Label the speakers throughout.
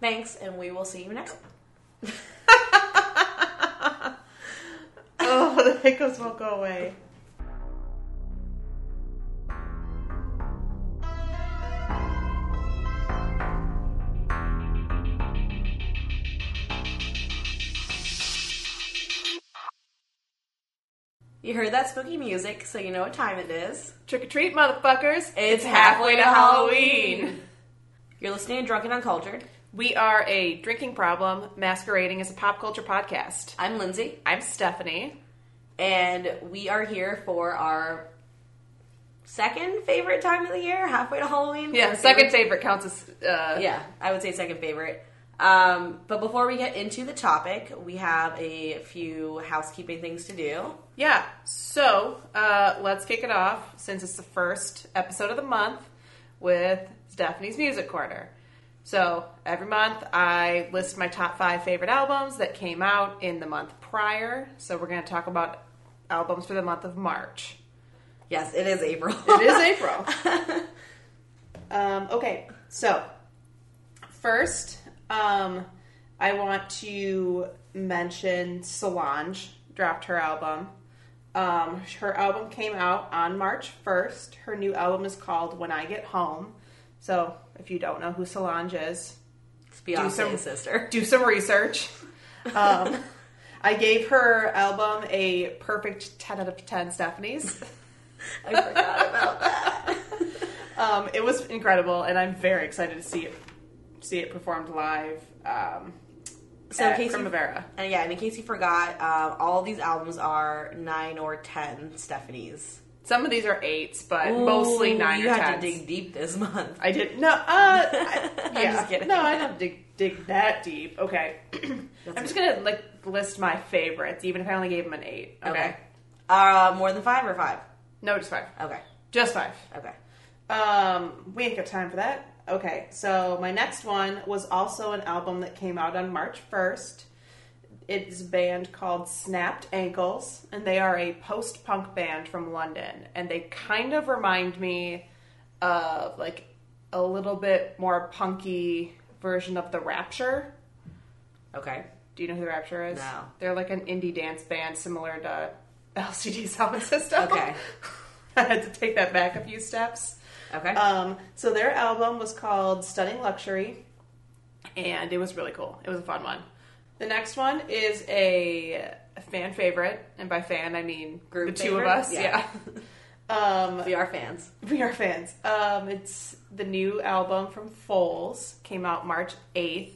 Speaker 1: Thanks, and we will see you next. oh, the hiccups won't go away. You heard that spooky music, so you know what time it is.
Speaker 2: Trick or treat, motherfuckers!
Speaker 1: It's halfway to Halloween. You're listening to Drunken Uncultured.
Speaker 2: We are a drinking problem masquerading as a pop culture podcast.
Speaker 1: I'm Lindsay,
Speaker 2: I'm Stephanie.
Speaker 1: and we are here for our second favorite time of the year, halfway to Halloween.
Speaker 2: Yeah,
Speaker 1: Our
Speaker 2: second
Speaker 1: favorite-
Speaker 2: favorite counts as. Uh,
Speaker 1: Yeah, I would say second favorite. Um, but before we get into the topic, we have a few housekeeping things to do.
Speaker 2: Yeah. So uh, let's kick it off since it's the first episode of the month with Stephanie's Music Corner. So every month I list my top five favorite albums that came out in the month prior. So we're going to talk about albums for the month of March.
Speaker 1: Yes, it is April.
Speaker 2: It is April. um, okay, so first, um, I want to mention Solange dropped her album. Um, her album came out on March 1st. Her new album is called When I Get Home. So if you don't know who Solange is,
Speaker 1: It's Beyonce's
Speaker 2: some-
Speaker 1: sister.
Speaker 2: do some research. Um, I gave her album a perfect 10 out of 10 Stephanie's.
Speaker 1: I forgot about that.
Speaker 2: Um, it was incredible, and I'm very excited to see it see it performed live. Um,
Speaker 1: So,
Speaker 2: at
Speaker 1: Casey-
Speaker 2: Primavera.
Speaker 1: And yeah, and in case you forgot, um, all these albums are nine or ten Stephanie's.
Speaker 2: Some of these are eights, but
Speaker 1: Ooh,
Speaker 2: mostly nine
Speaker 1: You
Speaker 2: or
Speaker 1: had
Speaker 2: tens.
Speaker 1: to dig deep this month.
Speaker 2: I didn't. No, uh, I,
Speaker 1: I'm
Speaker 2: yeah.
Speaker 1: just kidding.
Speaker 2: No, I don't dig dig that deep. Okay, I'm just gonna like list my favorites, even if I only gave them an eight. Okay,
Speaker 1: Okay. Uh, more than five or five?
Speaker 2: no, just five,
Speaker 1: Okay.
Speaker 2: just five.
Speaker 1: Okay.
Speaker 2: Um, we ain't got time for that. Okay, so my next one was also an album that came out on March 1st. It's a band called Snapped Ankles, and they are a post punk band from London. And they kind of remind me of like a little bit more punky version of The Rapture.
Speaker 1: Okay.
Speaker 2: Do you know who The Rapture is?
Speaker 1: No.
Speaker 2: They're like an indie dance band similar to LCD Sound System.
Speaker 1: Okay.
Speaker 2: I had to take that back a few steps.
Speaker 1: Okay.
Speaker 2: Um, so their album was called Stunning Luxury, and it was really cool. It was a fun one. The next one is a fan favorite, and by fan I mean
Speaker 1: Group
Speaker 2: the two of
Speaker 1: favorite?
Speaker 2: us.
Speaker 1: Yeah.
Speaker 2: Yeah, um,
Speaker 1: we are fans.
Speaker 2: we are fans. Um, it's the new album from Foles came out March eighth.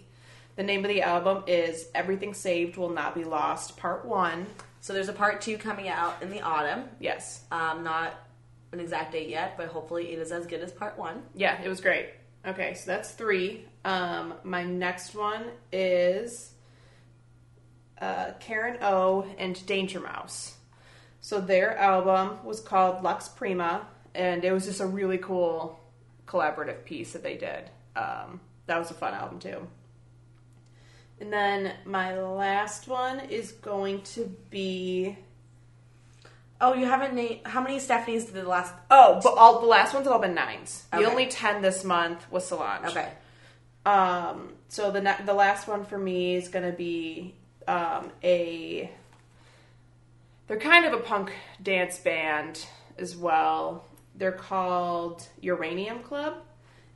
Speaker 2: The name of the album is Everything Saved Will Not Be Lost, Part One.
Speaker 1: So there's a part two coming out in the autumn.
Speaker 2: Yes,
Speaker 1: Um, not an exact date yet, but hopefully it is as good as part one.
Speaker 2: Yeah, it was great. Okay, so that's three. Um, my next one is uh, Karen O and Danger Mouse. So their album was called Lux Prima, and it was just a really cool collaborative piece that they did. Um, that was a fun album too. And then my last one is going to be
Speaker 1: Oh, you haven't named how many Stephanies did the last?
Speaker 2: oh, but all the last ones have all been nines.
Speaker 1: Okay.
Speaker 2: The only ten this month was Solange.
Speaker 1: Okay.
Speaker 2: Um, so the ne- the last one for me is gonna be um, a. They're kind of a punk dance band as well. They're called Uranium Club,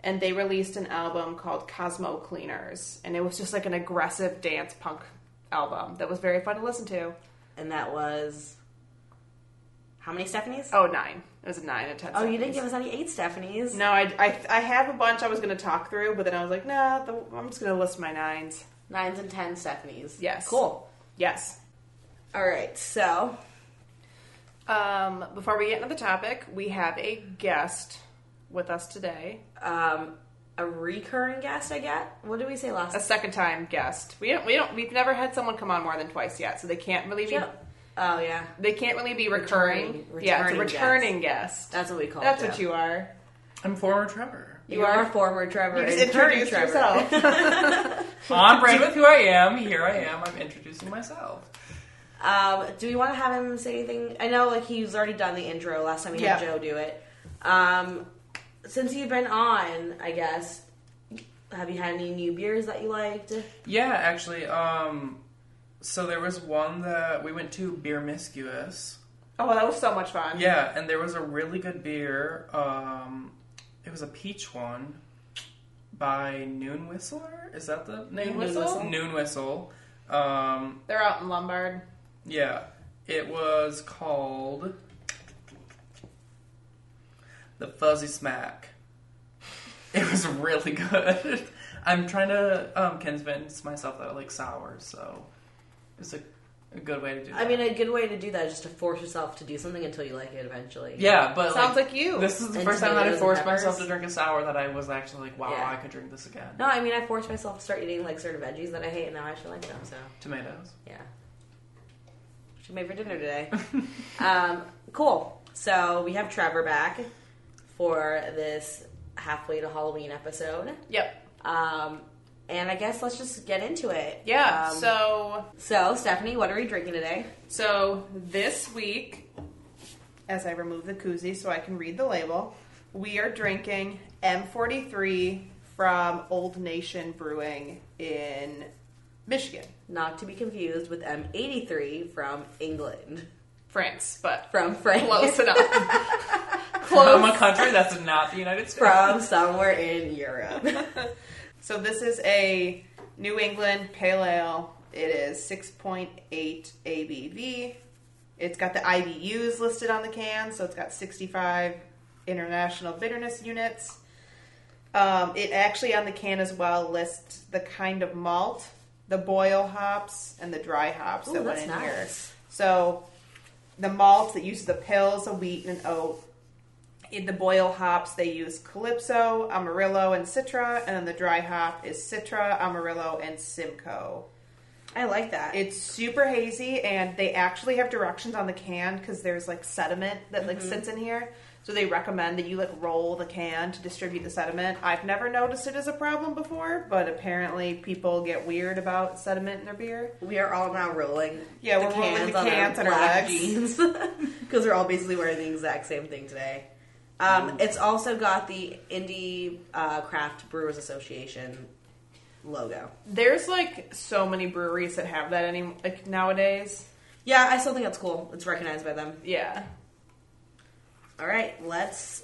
Speaker 2: and they released an album called Cosmo Cleaners, and it was just like an aggressive dance punk album that was very fun to listen to.
Speaker 1: And that was how many Stephanies?
Speaker 2: Oh, nine. It was a nine and ten.
Speaker 1: Oh, you
Speaker 2: seconds.
Speaker 1: didn't give us any eight Stephanies.
Speaker 2: No, I, I, I have a bunch I was gonna talk through, but then I was like, nah, the, I'm just gonna list my nines.
Speaker 1: Nines and ten Stephanies.
Speaker 2: Yes.
Speaker 1: Cool.
Speaker 2: Yes.
Speaker 1: All right. So
Speaker 2: Um, before we get into the topic, we have a guest with us today.
Speaker 1: um, a recurring guest, I get. What did we say last?
Speaker 2: A second time guest. We don't, we don't we've never had someone come on more than twice yet, so they can't really be
Speaker 1: Yep. Oh yeah,
Speaker 2: they can't really be recurring.
Speaker 1: Returning-
Speaker 2: yeah, it's
Speaker 1: returning
Speaker 2: a returning guest.
Speaker 1: that's what we call
Speaker 2: That's
Speaker 1: it.
Speaker 2: what you are.
Speaker 3: I'm former Trevor.
Speaker 1: You are a former Trevor.
Speaker 2: You just
Speaker 1: and current
Speaker 2: introduced
Speaker 1: Trevor.
Speaker 2: yourself.
Speaker 3: On brand with who I am. Here I am. I'm introducing myself.
Speaker 1: Um, do we want to have him say anything? I know, like he's already done the intro last time we had
Speaker 2: Yeah.
Speaker 1: Joe do it. Um, since you've been on, I guess Have you had any new beers that you liked?
Speaker 3: Yeah, actually. Um, so there was one that we went to Beer Miscuous.
Speaker 2: Oh, that was so much fun.
Speaker 3: Yeah, and there was a really good beer. Um, it was a peach one by Noon Whistler. Is that the name?
Speaker 2: Noon Whistle?
Speaker 3: Noon Whistle. Um,
Speaker 2: They're out in Lombard.
Speaker 3: yeah, it was called the Fuzzy Smack. It was really good. I'm trying to um, convince myself that I like sour, so it's a, a good way to do.
Speaker 1: I
Speaker 3: that.
Speaker 1: mean, a good way to do that is just to force yourself to do something until you like it eventually.
Speaker 3: yeah, but
Speaker 2: Sounds
Speaker 3: like,
Speaker 2: like you.
Speaker 3: This is the
Speaker 1: And
Speaker 3: first time that I
Speaker 1: tomatoes and
Speaker 3: forced
Speaker 1: peppers.
Speaker 3: myself to drink a sour that I was actually like, wow,
Speaker 1: Yeah.
Speaker 3: I could drink this again.
Speaker 1: No, I mean, I forced myself to start eating like certain veggies that I hate, and now I actually like them. So
Speaker 3: Tomatoes.
Speaker 1: yeah, what you made for dinner today? um, cool. So we have Trevor back for this halfway to Halloween episode,
Speaker 2: yep.
Speaker 1: um, and I guess let's just get into it.
Speaker 2: Yeah.
Speaker 1: Um,
Speaker 2: so
Speaker 1: so Stephanie, what are we drinking today?
Speaker 2: So this week, as I remove the koozie so I can read the label, we are drinking M43 from Old Nation Brewing in Michigan,
Speaker 1: Not to be confused with M83 from England,
Speaker 2: France, but
Speaker 1: from France,
Speaker 2: close enough.
Speaker 3: From a
Speaker 2: close.
Speaker 3: country that's not the United States.
Speaker 1: from somewhere in Europe.
Speaker 2: So this is a New England Pale Ale. It is 6.8 ABV. It's got the IBUs listed on the can, so it's got 65 international bitterness units. Um, it actually on the can as well lists the kind of malt, the boil hops, and the dry hops
Speaker 1: Ooh,
Speaker 2: that went
Speaker 1: that's
Speaker 2: in
Speaker 1: nice.
Speaker 2: here. So the malts that use the pills of wheat and oat. In the boil hops, they use Calypso, Amarillo, and Citra, and then the dry hop is Citra, Amarillo, and Simcoe.
Speaker 1: I like that.
Speaker 2: It's super hazy, and they actually have directions on the can because there's like sediment that like sits in here. So they recommend that you like roll the can to distribute the sediment. I've never noticed it as a problem before, but apparently people get weird about sediment in their beer.
Speaker 1: We are all now rolling.
Speaker 2: Yeah, we're rolling the cans on our legs.
Speaker 1: because we're all basically wearing the exact same thing today. Um,
Speaker 2: Mm.
Speaker 1: It's also got the Indie uh, Craft Brewers Association logo.
Speaker 2: There's like so many breweries that have that any like nowadays.
Speaker 1: Yeah, I still think that's cool. It's recognized by them.
Speaker 2: Yeah.
Speaker 1: All right, let's.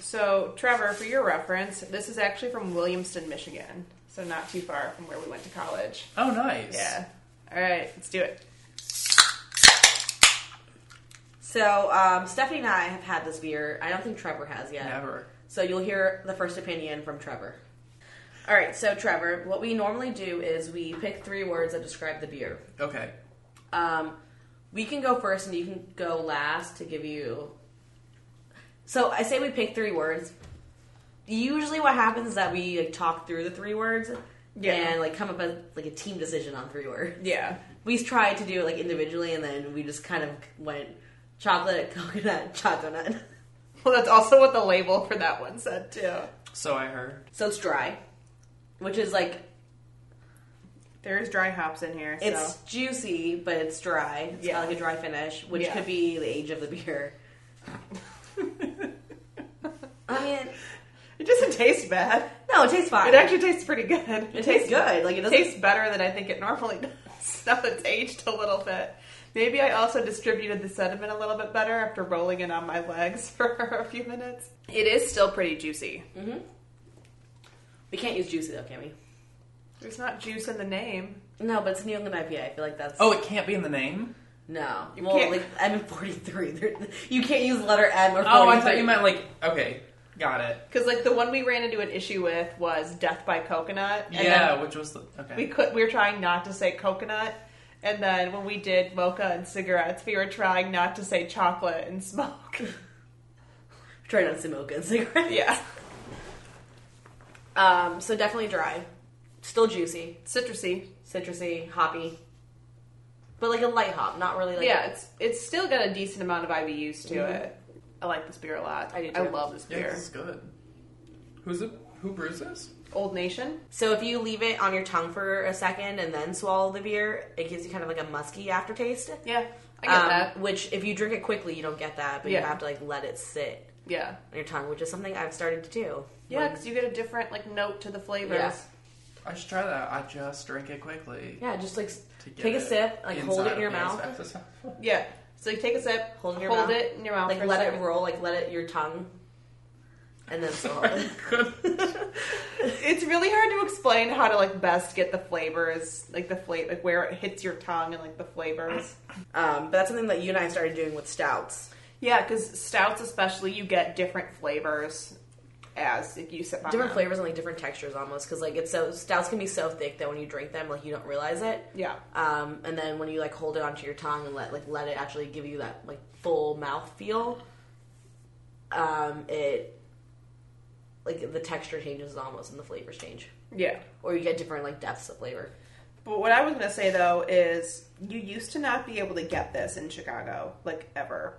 Speaker 2: So, Trevor, for your reference, this is actually from Williamston, Michigan. So, not too far from where we went to college.
Speaker 3: Oh, nice.
Speaker 2: Yeah. All right, let's do it.
Speaker 1: So um, Stephanie and I have had this beer. I don't think Trevor has yet.
Speaker 3: Never.
Speaker 1: So you'll hear the first opinion from Trevor. All right, so Trevor, what we normally do is we pick three words that describe the beer.
Speaker 3: Okay.
Speaker 1: Um, we can go first and you can go last to give you. So I say we pick three words. Usually, what happens is that we like, talk through the three words
Speaker 2: Yeah.
Speaker 1: and like come up with like a team decision on three words.
Speaker 2: Yeah.
Speaker 1: We tried to do it like individually, and then we just kind of went chocolate, coconut, chocolate.
Speaker 2: Well, that's also what the label for that one said, too.
Speaker 3: So I heard.
Speaker 1: So it's dry, which is like
Speaker 2: There's dry hops in here. So.
Speaker 1: it's juicy, but it's dry. It's
Speaker 2: Yeah.
Speaker 1: got like a dry finish, which
Speaker 2: Yeah.
Speaker 1: could be the age of the beer. I mean,
Speaker 2: it doesn't taste bad.
Speaker 1: No, it tastes fine.
Speaker 2: It actually tastes pretty good. It,
Speaker 1: tastes good. Like it
Speaker 2: It
Speaker 1: doesn't.
Speaker 2: tastes better than I think it normally does. Now it's aged a little bit. Maybe I also distributed the sediment a little bit better after rolling it on my legs for a few minutes. It is still pretty juicy.
Speaker 1: we can't use juicy though, can we?
Speaker 2: There's not juice in the name.
Speaker 1: No, but it's New England IPA. I feel like that's
Speaker 3: Oh, it can't be in the name.
Speaker 1: no.
Speaker 2: You
Speaker 1: well,
Speaker 2: can't-
Speaker 1: like M forty three. You can't use letter M or 43.
Speaker 3: Oh, I thought you meant like. Okay, got it.
Speaker 2: Because like the one we ran into an issue with was Death by Coconut. and
Speaker 3: yeah,
Speaker 2: then
Speaker 3: which was the okay.
Speaker 2: We could we were trying not to say coconut, and then when we did mocha and cigarettes, we were trying not to say chocolate and smoke.
Speaker 1: try not to smoke and cigarette.
Speaker 2: yeah,
Speaker 1: Um. So definitely dry. Still juicy,
Speaker 2: citrusy.
Speaker 1: citrusy, hoppy, but like a light hop, not really like
Speaker 2: yeah, it's it's still got a decent amount of IBUs to
Speaker 1: Mhm.
Speaker 2: it. I like this beer a lot.
Speaker 1: I do,
Speaker 2: Mm-hmm. I
Speaker 1: too.
Speaker 2: love this
Speaker 3: yeah,
Speaker 2: beer.
Speaker 3: this is good. Who's it? Who brews this?
Speaker 2: Old Nation.
Speaker 1: So if you leave it on your tongue for a second and then swallow the beer, it gives you kind of like a musky aftertaste.
Speaker 2: Yeah, I get
Speaker 1: um,
Speaker 2: that.
Speaker 1: Which if you drink it quickly, you don't get that, but
Speaker 2: Yeah.
Speaker 1: you have to like let it sit
Speaker 2: Yeah,
Speaker 1: on your tongue, which is something I've started to do.
Speaker 2: Yeah, because you get a different like note to the flavors.
Speaker 1: Yeah.
Speaker 3: I should try that. I just drink it quickly.
Speaker 1: Yeah, just like
Speaker 3: To get
Speaker 1: Take a
Speaker 3: it
Speaker 1: sip, like, hold it in
Speaker 3: inside
Speaker 1: your
Speaker 3: of me as
Speaker 1: mouth.
Speaker 3: fast as-
Speaker 2: Yeah. So you take a sip,
Speaker 1: Hold it in your
Speaker 2: hold
Speaker 1: mouth.
Speaker 2: it in your mouth,
Speaker 1: like
Speaker 2: for a
Speaker 1: let it
Speaker 2: second.
Speaker 1: roll, like let it your tongue, and then swallow.
Speaker 3: I
Speaker 1: it.
Speaker 3: couldn't.
Speaker 2: It's really hard to explain how to like best get the flavors, like the flavor, like where it hits your tongue and like the flavors.
Speaker 1: Um, but that's something that you and I started doing with stouts.
Speaker 2: Yeah, because stouts especially, you get different flavors as if you sip on
Speaker 1: Different
Speaker 2: them.
Speaker 1: flavors and like different textures almost, because like it's so stouts can be so thick that when you drink them, like you don't realize it.
Speaker 2: Yeah.
Speaker 1: Um, and then when you like hold it onto your tongue and let like let it actually give you that like full mouth feel, um, it like the texture changes almost and the flavors change,
Speaker 2: Yeah.
Speaker 1: or you get different like depths of flavor.
Speaker 2: But what I was gonna say though is you used to not be able to get this in Chicago, like ever.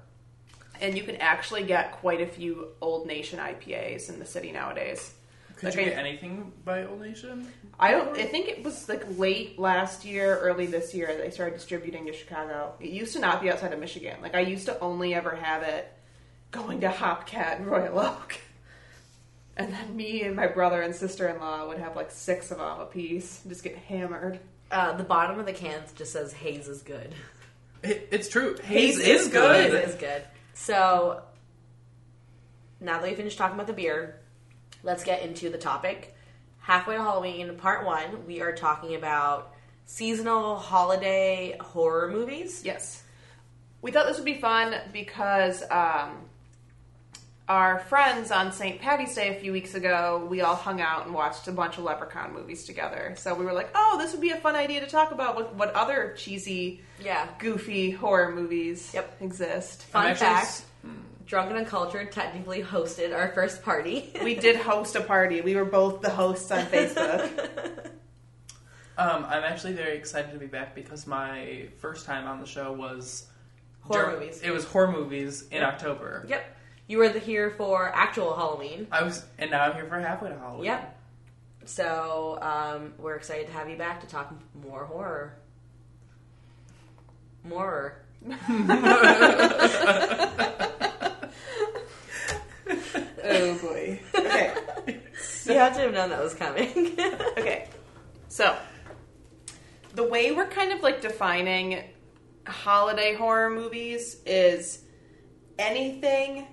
Speaker 2: And you can actually get quite a few old nation IPAs in the city nowadays.
Speaker 3: Could
Speaker 2: Okay.
Speaker 3: you get anything by Old Nation?
Speaker 2: I don't I think it was like late last year, early this year they started distributing to Chicago. It used to not be outside of Michigan. Like I used to only ever have it going to Hopcat and Royal Oak. And then me and my brother and sister in law would have like six of them apiece, and just get hammered.
Speaker 1: Uh, the bottom of the cans just says haze is good.
Speaker 3: It, it's true. Haze, is
Speaker 1: Haze is
Speaker 3: good.
Speaker 1: good. So now that we finished talking about the beer, let's get into the topic. Halfway to Halloween, part one, we are talking about seasonal holiday horror movies.
Speaker 2: Yes. We thought this would be fun because um, our friends on St. Patty's Day a few weeks ago, we all hung out and watched a bunch of leprechaun movies together. So we were like, oh, this would be a fun idea to talk about what, what other cheesy,
Speaker 1: Yeah.
Speaker 2: goofy horror movies
Speaker 1: Yep.
Speaker 2: exist.
Speaker 1: Fun
Speaker 3: I'm actually
Speaker 1: fact
Speaker 3: s-
Speaker 1: Drunk and Uncultured technically hosted our first party.
Speaker 2: we did host a party. We were both the hosts on Facebook.
Speaker 3: Um, I'm actually very excited to be back because my first time on the show was
Speaker 1: horror
Speaker 3: dur-
Speaker 1: movies.
Speaker 3: It was horror movies in October.
Speaker 1: Yep. You were the, here for actual Halloween.
Speaker 3: I was, and now I'm here for halfway to Halloween.
Speaker 1: Yep. So um, we're excited to have you back to talk more horror. More.
Speaker 2: oh boy. Okay.
Speaker 1: You had to have known that was coming.
Speaker 2: Okay. So, the way we're kind of like defining holiday horror movies is anything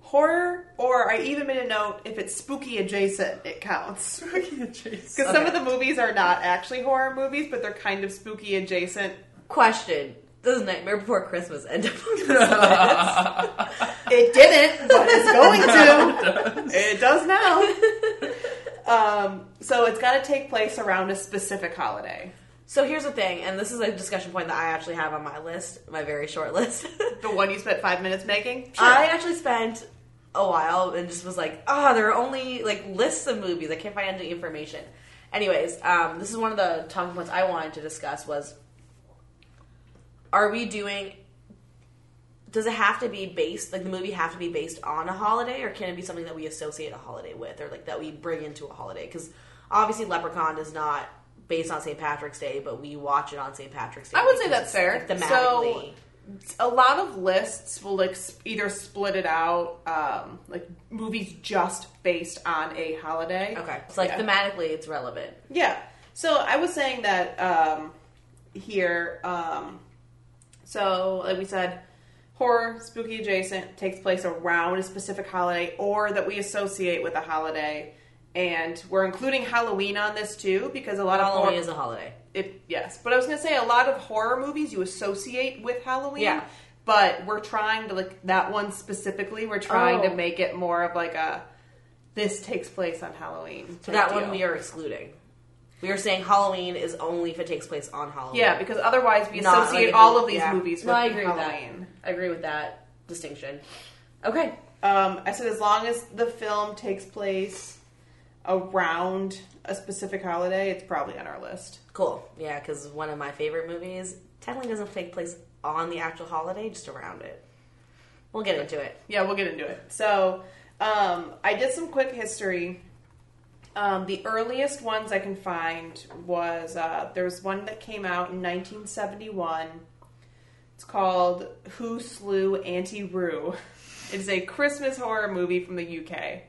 Speaker 2: horror, or I even made a note if it's spooky adjacent, it counts.
Speaker 3: Jeez.
Speaker 2: Because some of the movies are not actually horror movies, but they're kind of spooky adjacent.
Speaker 1: Question: Does Nightmare Before Christmas end up on this list?
Speaker 2: It didn't, but it's going to. it does now. Um, so it's got to take place around a specific holiday.
Speaker 1: so here's the thing, and this is a discussion point that I actually have on my list, my very short list.
Speaker 2: The one you spent five minutes making?
Speaker 1: I actually spent a while and just was like, ah, there are only like lists of movies. I can't find any information. Anyways, um, this is one of the talking points I wanted to discuss was are we doing does it have to be based like the movie have to be based on a holiday or can it be something that we associate a holiday with or like that we bring into a holiday because obviously leprechaun is not based on st patrick's day but we watch it on st patrick's day
Speaker 2: I would say
Speaker 1: because
Speaker 2: that's fair.
Speaker 1: it's, like,
Speaker 2: So-
Speaker 1: thematically
Speaker 2: a lot of lists will like sp- either split it out um, like movies just based on a holiday
Speaker 1: okay it's like
Speaker 2: yeah.
Speaker 1: thematically it's relevant
Speaker 2: yeah so i was saying that um, here um, so like we said horror spooky adjacent takes place around a specific holiday or that we associate with a holiday and we're including halloween on this too because a lot of horror-
Speaker 1: halloween is a holiday
Speaker 2: it yes but i was gonna say a lot of horror movies you associate with halloween
Speaker 1: Yeah.
Speaker 2: but we're trying to like that one specifically we're trying
Speaker 1: Oh.
Speaker 2: to make it more of like a this takes place on halloween
Speaker 1: So
Speaker 2: type
Speaker 1: that one
Speaker 2: deal.
Speaker 1: we are excluding. We are saying Halloween is only if it takes place on Halloween.
Speaker 2: yeah because otherwise we
Speaker 1: Not
Speaker 2: associate
Speaker 1: like a-
Speaker 2: all of these
Speaker 1: yeah.
Speaker 2: movies with
Speaker 1: No, I agree with that.
Speaker 2: halloween
Speaker 1: I agree with that distinction. Okay.
Speaker 2: um, i said as long as the film takes place around a specific holiday it's probably on our list
Speaker 1: Cool. Yeah, because one of my favorite movies technically doesn't take place on the actual holiday, just around it. We'll get into it.
Speaker 2: Yeah, we'll get into it. So, um, I did some quick history. Um, the earliest ones I can find was uh, there was one that came out in 1971. It's called Who Slew Auntie Rue. It's a Christmas horror movie from the UK.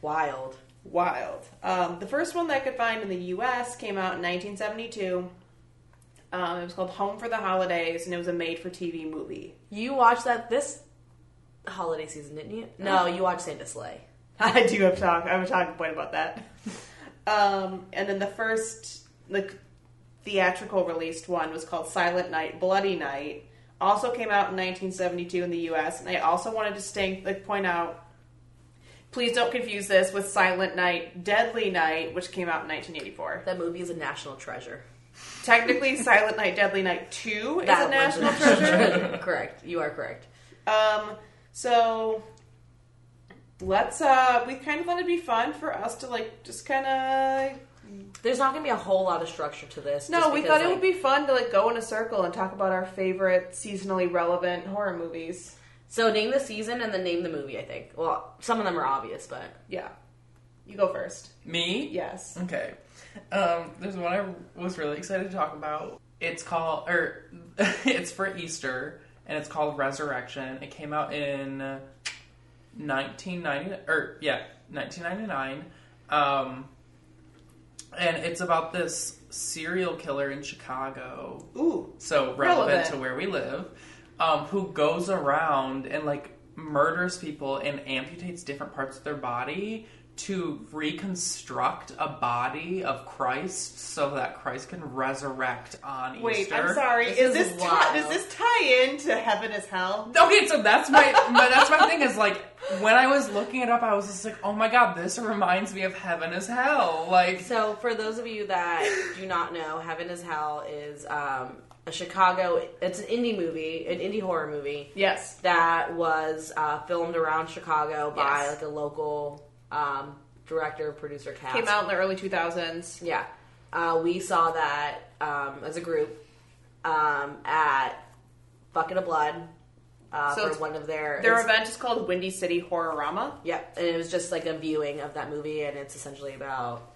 Speaker 1: Wild.
Speaker 2: wild. Um, the first one that I could find in the U.S. came out in 1972. Um, it was called Home for the Holidays, and it was a made-for-TV movie.
Speaker 1: You watched that this holiday season, didn't you? No, you watched Santa Sleigh.
Speaker 2: I do have talk. I have a talking point about that. Um, and then the first like theatrical released one was called Silent Night, Bloody Night. Also came out in 1972 in the U.S. And I also wanted to stink, like point out. Please don't confuse this with Silent Night, Deadly Night, which came out in 1984.
Speaker 1: That movie is a national treasure.
Speaker 2: Technically, Silent Night, Deadly Night 2 is
Speaker 1: That one's
Speaker 2: a national treasure.
Speaker 1: correct. You are correct.
Speaker 2: Um, so let's uh we kind of let it be fun for us to like just kind of
Speaker 1: There's not going to be a whole lot of structure to this.
Speaker 2: no
Speaker 1: just
Speaker 2: we
Speaker 1: because,
Speaker 2: thought it
Speaker 1: like,
Speaker 2: would be fun to like go in a circle and talk about our favorite seasonally relevant horror movies
Speaker 1: So name the season and then name the movie. I think. Well, some of them are obvious, but
Speaker 2: yeah you go first
Speaker 3: Me?
Speaker 2: yes
Speaker 3: Okay. Um, there's one I was really excited to talk about. It's called, or it's for Easter, and it's called Resurrection. It came out in 1990, or yeah, 1999. Um, and it's about this serial killer in Chicago
Speaker 2: ooh
Speaker 3: so relevant,
Speaker 2: Relevant.
Speaker 3: to where we live, um, who goes around and like murders people and amputates different parts of their body to reconstruct a body of Christ so that Christ can resurrect on
Speaker 2: wait
Speaker 3: Easter.
Speaker 2: i'm sorry
Speaker 1: This
Speaker 2: is
Speaker 1: is
Speaker 2: this tie does
Speaker 1: wild.
Speaker 2: this tie in to heaven is hell
Speaker 3: Okay, so that's my but that's my thing is like when I was looking it up, I was just like, oh my god, this reminds me of heaven is hell. Like
Speaker 1: So, for those of you that do not know, Heaven is Hell is um, a Chicago, it's an indie movie, an indie horror movie
Speaker 2: yes
Speaker 1: that was uh, filmed around Chicago by
Speaker 2: Yes.
Speaker 1: like a local um, director, producer, cast.
Speaker 2: came out in the early 2000s
Speaker 1: Yeah. Uh, we saw that um, as a group um, at Bucket of Blood uh,
Speaker 2: So
Speaker 1: for
Speaker 2: it's-
Speaker 1: one of their.
Speaker 2: their
Speaker 1: it's-
Speaker 2: event is called windy city horrorama
Speaker 1: Yep, and it was just like a viewing of that movie, and it's essentially about,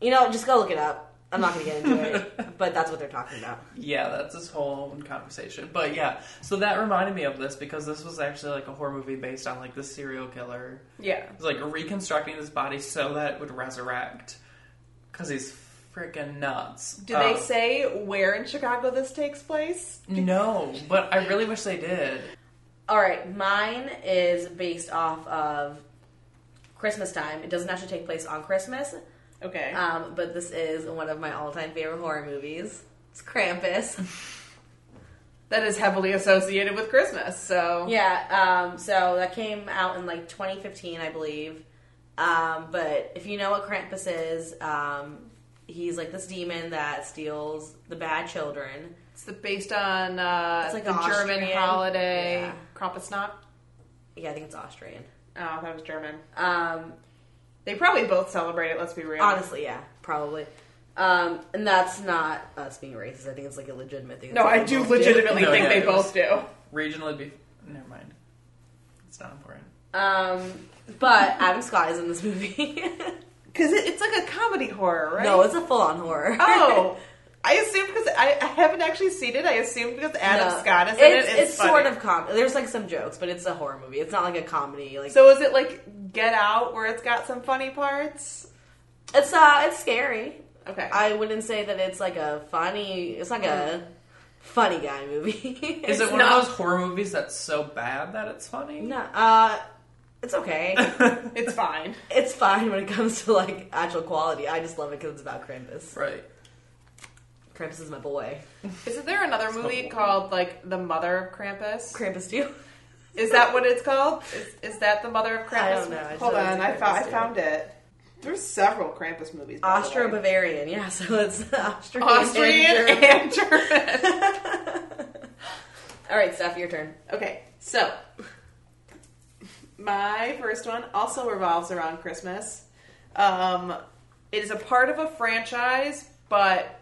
Speaker 1: you know, just go look it up. I'm not gonna get into it, but that's what they're talking about.
Speaker 3: Yeah, that's this whole own conversation. But yeah, so that reminded me of this because this was actually like a horror movie based on like the serial killer
Speaker 2: yeah
Speaker 3: It's like reconstructing his body so that it would resurrect. Because he's freaking nuts.
Speaker 2: do
Speaker 3: Uh,
Speaker 2: they say where in chicago this takes place
Speaker 3: No, but I really wish they did.
Speaker 1: All right, mine is based off of Christmas time. It doesn't actually take place on Christmas,
Speaker 2: okay
Speaker 1: um, but this is one of my all-time favorite horror movies. It's Krampus.
Speaker 2: that is heavily associated with Christmas. So
Speaker 1: Yeah, um, so that came out in like 2015, I believe. Um, but if you know what Krampus is, um, he's like this demon that steals the bad children.
Speaker 2: it's the, based on uh,
Speaker 1: It's like
Speaker 2: the
Speaker 1: an
Speaker 2: German
Speaker 1: Austrian-
Speaker 2: holiday
Speaker 1: yeah.
Speaker 2: Krampusnacht.
Speaker 1: Yeah, I think it's Austrian.
Speaker 2: Oh, that was German.
Speaker 1: Um,
Speaker 2: They probably both celebrate it. Let's be real.
Speaker 1: honestly, yeah, probably. Um, and that's not us being racist. I think it's like a legitimate thing.
Speaker 2: no,
Speaker 1: that
Speaker 2: I
Speaker 1: people
Speaker 2: do
Speaker 1: both
Speaker 2: legitimately
Speaker 3: No,
Speaker 2: think
Speaker 3: yeah,
Speaker 2: they
Speaker 3: it
Speaker 2: both
Speaker 3: was-
Speaker 2: do.
Speaker 3: Regionally, be- never mind. It's not important.
Speaker 1: Um, but Adam Scott is in this movie.
Speaker 2: Because it, it's like a comedy horror, right?
Speaker 1: No, it's a full-on horror.
Speaker 2: oh. I assume because I, I haven't actually seen it. I assume because Adam
Speaker 1: No.
Speaker 2: Scott is in
Speaker 1: it's,
Speaker 2: it.
Speaker 1: It's,
Speaker 2: funny.
Speaker 1: sort of com. There's like some jokes, but it's a horror movie. It's not like a comedy. Like
Speaker 2: So is it like Get Out where it's got some funny parts?
Speaker 1: It's uh, it's scary.
Speaker 2: Okay.
Speaker 1: I wouldn't say that it's like a funny. It's like a funny guy movie.
Speaker 3: Mm. Is it
Speaker 1: It's
Speaker 3: one
Speaker 1: not-
Speaker 3: of those horror movies that's so bad that it's funny?
Speaker 1: No, uh, it's okay.
Speaker 2: it's fine.
Speaker 1: it's fine when it comes to like actual quality. I just love it because it's about Krampus.
Speaker 3: right.
Speaker 1: Krampus is my boy.
Speaker 2: Isn't there another movie called like The Mother of Krampus?
Speaker 1: Krampus too.
Speaker 2: Is that what it's called? Is, is that the mother of Krampus?
Speaker 1: I don't know. I just
Speaker 2: Hold
Speaker 1: know it's
Speaker 2: on,
Speaker 1: a
Speaker 2: I
Speaker 1: Krampus
Speaker 2: found I
Speaker 1: too.
Speaker 2: found it. There's several Krampus movies. by the
Speaker 1: Austro
Speaker 2: way.
Speaker 1: Bavarian. Yeah, so it's Austrian. and
Speaker 2: Austrian
Speaker 1: German.
Speaker 2: and German.
Speaker 1: All right, Steph, your turn.
Speaker 2: okay, so my first one also revolves around Christmas. Um, it is a part of a franchise, but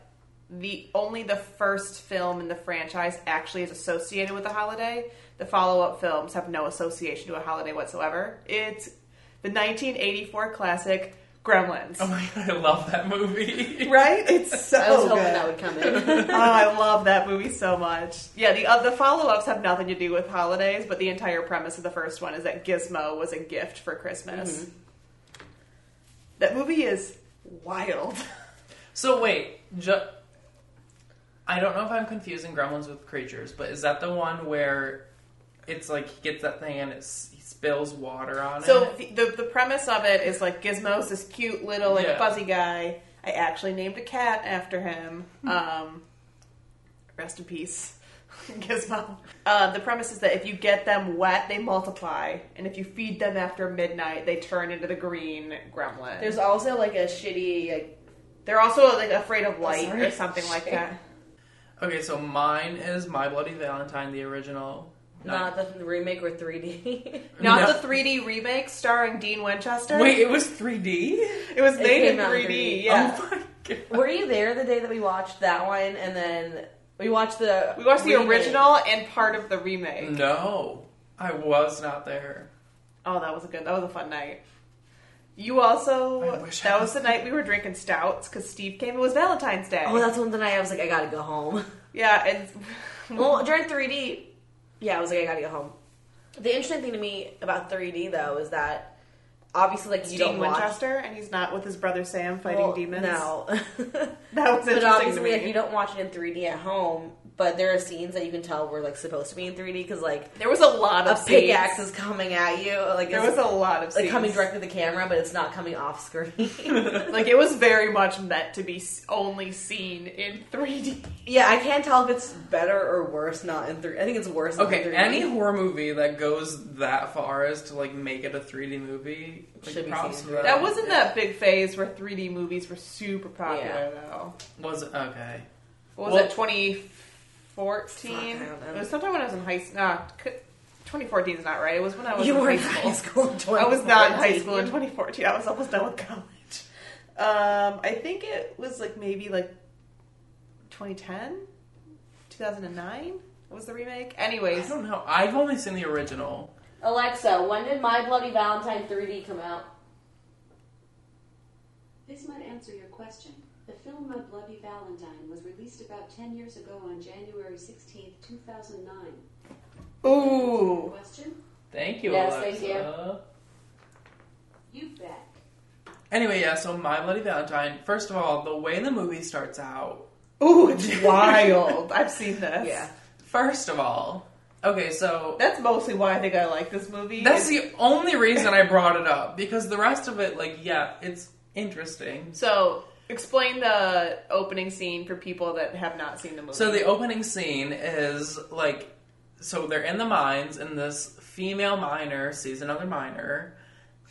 Speaker 2: the only the first film in the franchise actually is associated with the holiday. The follow-up films have no association to a holiday whatsoever. It's the 1984 classic Gremlins.
Speaker 3: Oh my god, I love that movie.
Speaker 2: Right? It's so
Speaker 1: I
Speaker 3: Oh,
Speaker 1: was hoping
Speaker 2: good.
Speaker 1: that would come in.
Speaker 2: oh, I love that movie so much. Yeah, the uh, the follow ups have nothing to do with holidays, but the entire premise of the first one is that Gizmo was a gift for Christmas. That movie is wild.
Speaker 3: So wait, ju- I don't know if I'm confusing Gremlins with Creatures, but is that the one where it's like he gets that thing and it s- he spills water on
Speaker 2: So
Speaker 3: it?
Speaker 2: the, the the premise of it is like Gizmo's this cute little like
Speaker 3: Yeah.
Speaker 2: fuzzy guy. I actually named a cat after him.
Speaker 1: Hmm.
Speaker 2: Um, rest in peace, Gizmo. Uh, the premise is that if you get them wet, they multiply, and if you feed them after midnight, they turn into the green gremlin.
Speaker 1: There's also like a shitty like
Speaker 2: They're also like afraid of light
Speaker 1: sorry.
Speaker 2: or something like that.
Speaker 3: Okay, so mine is My Bloody Valentine, the original.
Speaker 1: not the remake or 3D.
Speaker 2: Not
Speaker 3: No.
Speaker 2: the 3D remake starring Dean Winchester.
Speaker 3: Wait, it was 3D?
Speaker 2: it was
Speaker 1: It
Speaker 2: made
Speaker 1: came
Speaker 2: in
Speaker 1: out in
Speaker 2: 3D.
Speaker 1: 3D.
Speaker 2: Yeah,
Speaker 3: Oh my god.
Speaker 1: Were you there the day that we watched that one and then we watched the
Speaker 2: we watched the
Speaker 1: remake?
Speaker 2: original and part of the remake.
Speaker 3: No, I was not there.
Speaker 2: Oh, that was a good. That was a fun night. You also.
Speaker 3: I wish I
Speaker 2: that was
Speaker 3: was
Speaker 2: the night we were drinking stouts because Steve came. It was Valentine's Day.
Speaker 1: Oh, that's one that I was like, I gotta go home.
Speaker 2: yeah, and
Speaker 1: Well, during 3D, yeah, I was like, I gotta go home. The interesting thing to me about 3D though is that obviously, like, you
Speaker 2: Dean
Speaker 1: don't watch
Speaker 2: Winchester, and he's not with his brother Sam fighting
Speaker 1: well,
Speaker 2: demons.
Speaker 1: No,
Speaker 2: That was
Speaker 1: but
Speaker 2: interesting
Speaker 1: obviously,
Speaker 2: to me.
Speaker 1: like, you don't watch it in 3D at home. But there are scenes that you can tell were like supposed to be in 3D because like
Speaker 2: there was a lot
Speaker 1: a
Speaker 2: of scenes.
Speaker 1: pickaxe is coming at you, like
Speaker 2: There
Speaker 1: it's,
Speaker 2: was a lot of
Speaker 1: like
Speaker 2: scenes.
Speaker 1: coming directly to the camera, but it's not coming off screen.
Speaker 2: Like it was very much meant to be s- only seen in 3D.
Speaker 1: Yeah, I can't tell if it's better or worse. Not in three. I think it's worse. Not in
Speaker 3: Okay,
Speaker 1: 3D.
Speaker 3: any horror movie that goes that far as to like make it a 3D movie like,
Speaker 1: Should be
Speaker 3: props
Speaker 1: seen
Speaker 3: to
Speaker 1: in 3D.
Speaker 2: That wasn't that big phase where 3D movies were super popular
Speaker 1: Yeah.
Speaker 2: though.
Speaker 3: Was okay.
Speaker 2: What was
Speaker 3: Well-
Speaker 2: it, 2014?
Speaker 1: Fuck, I don't know.
Speaker 2: It was sometime when I was in high school. Nah, 2014 is not right. It was when I was
Speaker 1: You
Speaker 2: in
Speaker 1: were
Speaker 2: high
Speaker 1: in high
Speaker 2: school.
Speaker 1: school. In 2014.
Speaker 2: I was not in high school in 2014. I was almost done with college. Um, I think it was like maybe like 2010, 2009 was the remake.
Speaker 3: I
Speaker 2: Anyways,
Speaker 3: don't know. I've only seen the original.
Speaker 1: Alexa, when did My Bloody Valentine 3D come out?
Speaker 4: This might answer your question. The film My Bloody Valentine was released about 10 years ago on January 16, 2009.
Speaker 2: ooh,
Speaker 4: Question?
Speaker 3: Thank you,
Speaker 1: Yes,
Speaker 3: Alexa.
Speaker 1: thank you.
Speaker 4: You bet.
Speaker 3: Anyway, yeah. So My Bloody Valentine. First of all, the way the movie starts out.
Speaker 2: ooh, it's wild. I've seen this.
Speaker 1: Yeah.
Speaker 3: First of all, okay. So
Speaker 2: that's mostly why I think I like this movie.
Speaker 3: that's the only reason I brought it up because the rest of it, like, yeah, it's interesting.
Speaker 2: so. Explain the opening scene for people that have not seen the movie.
Speaker 3: So the opening scene is like, so they're in the mines, and this female miner sees another miner,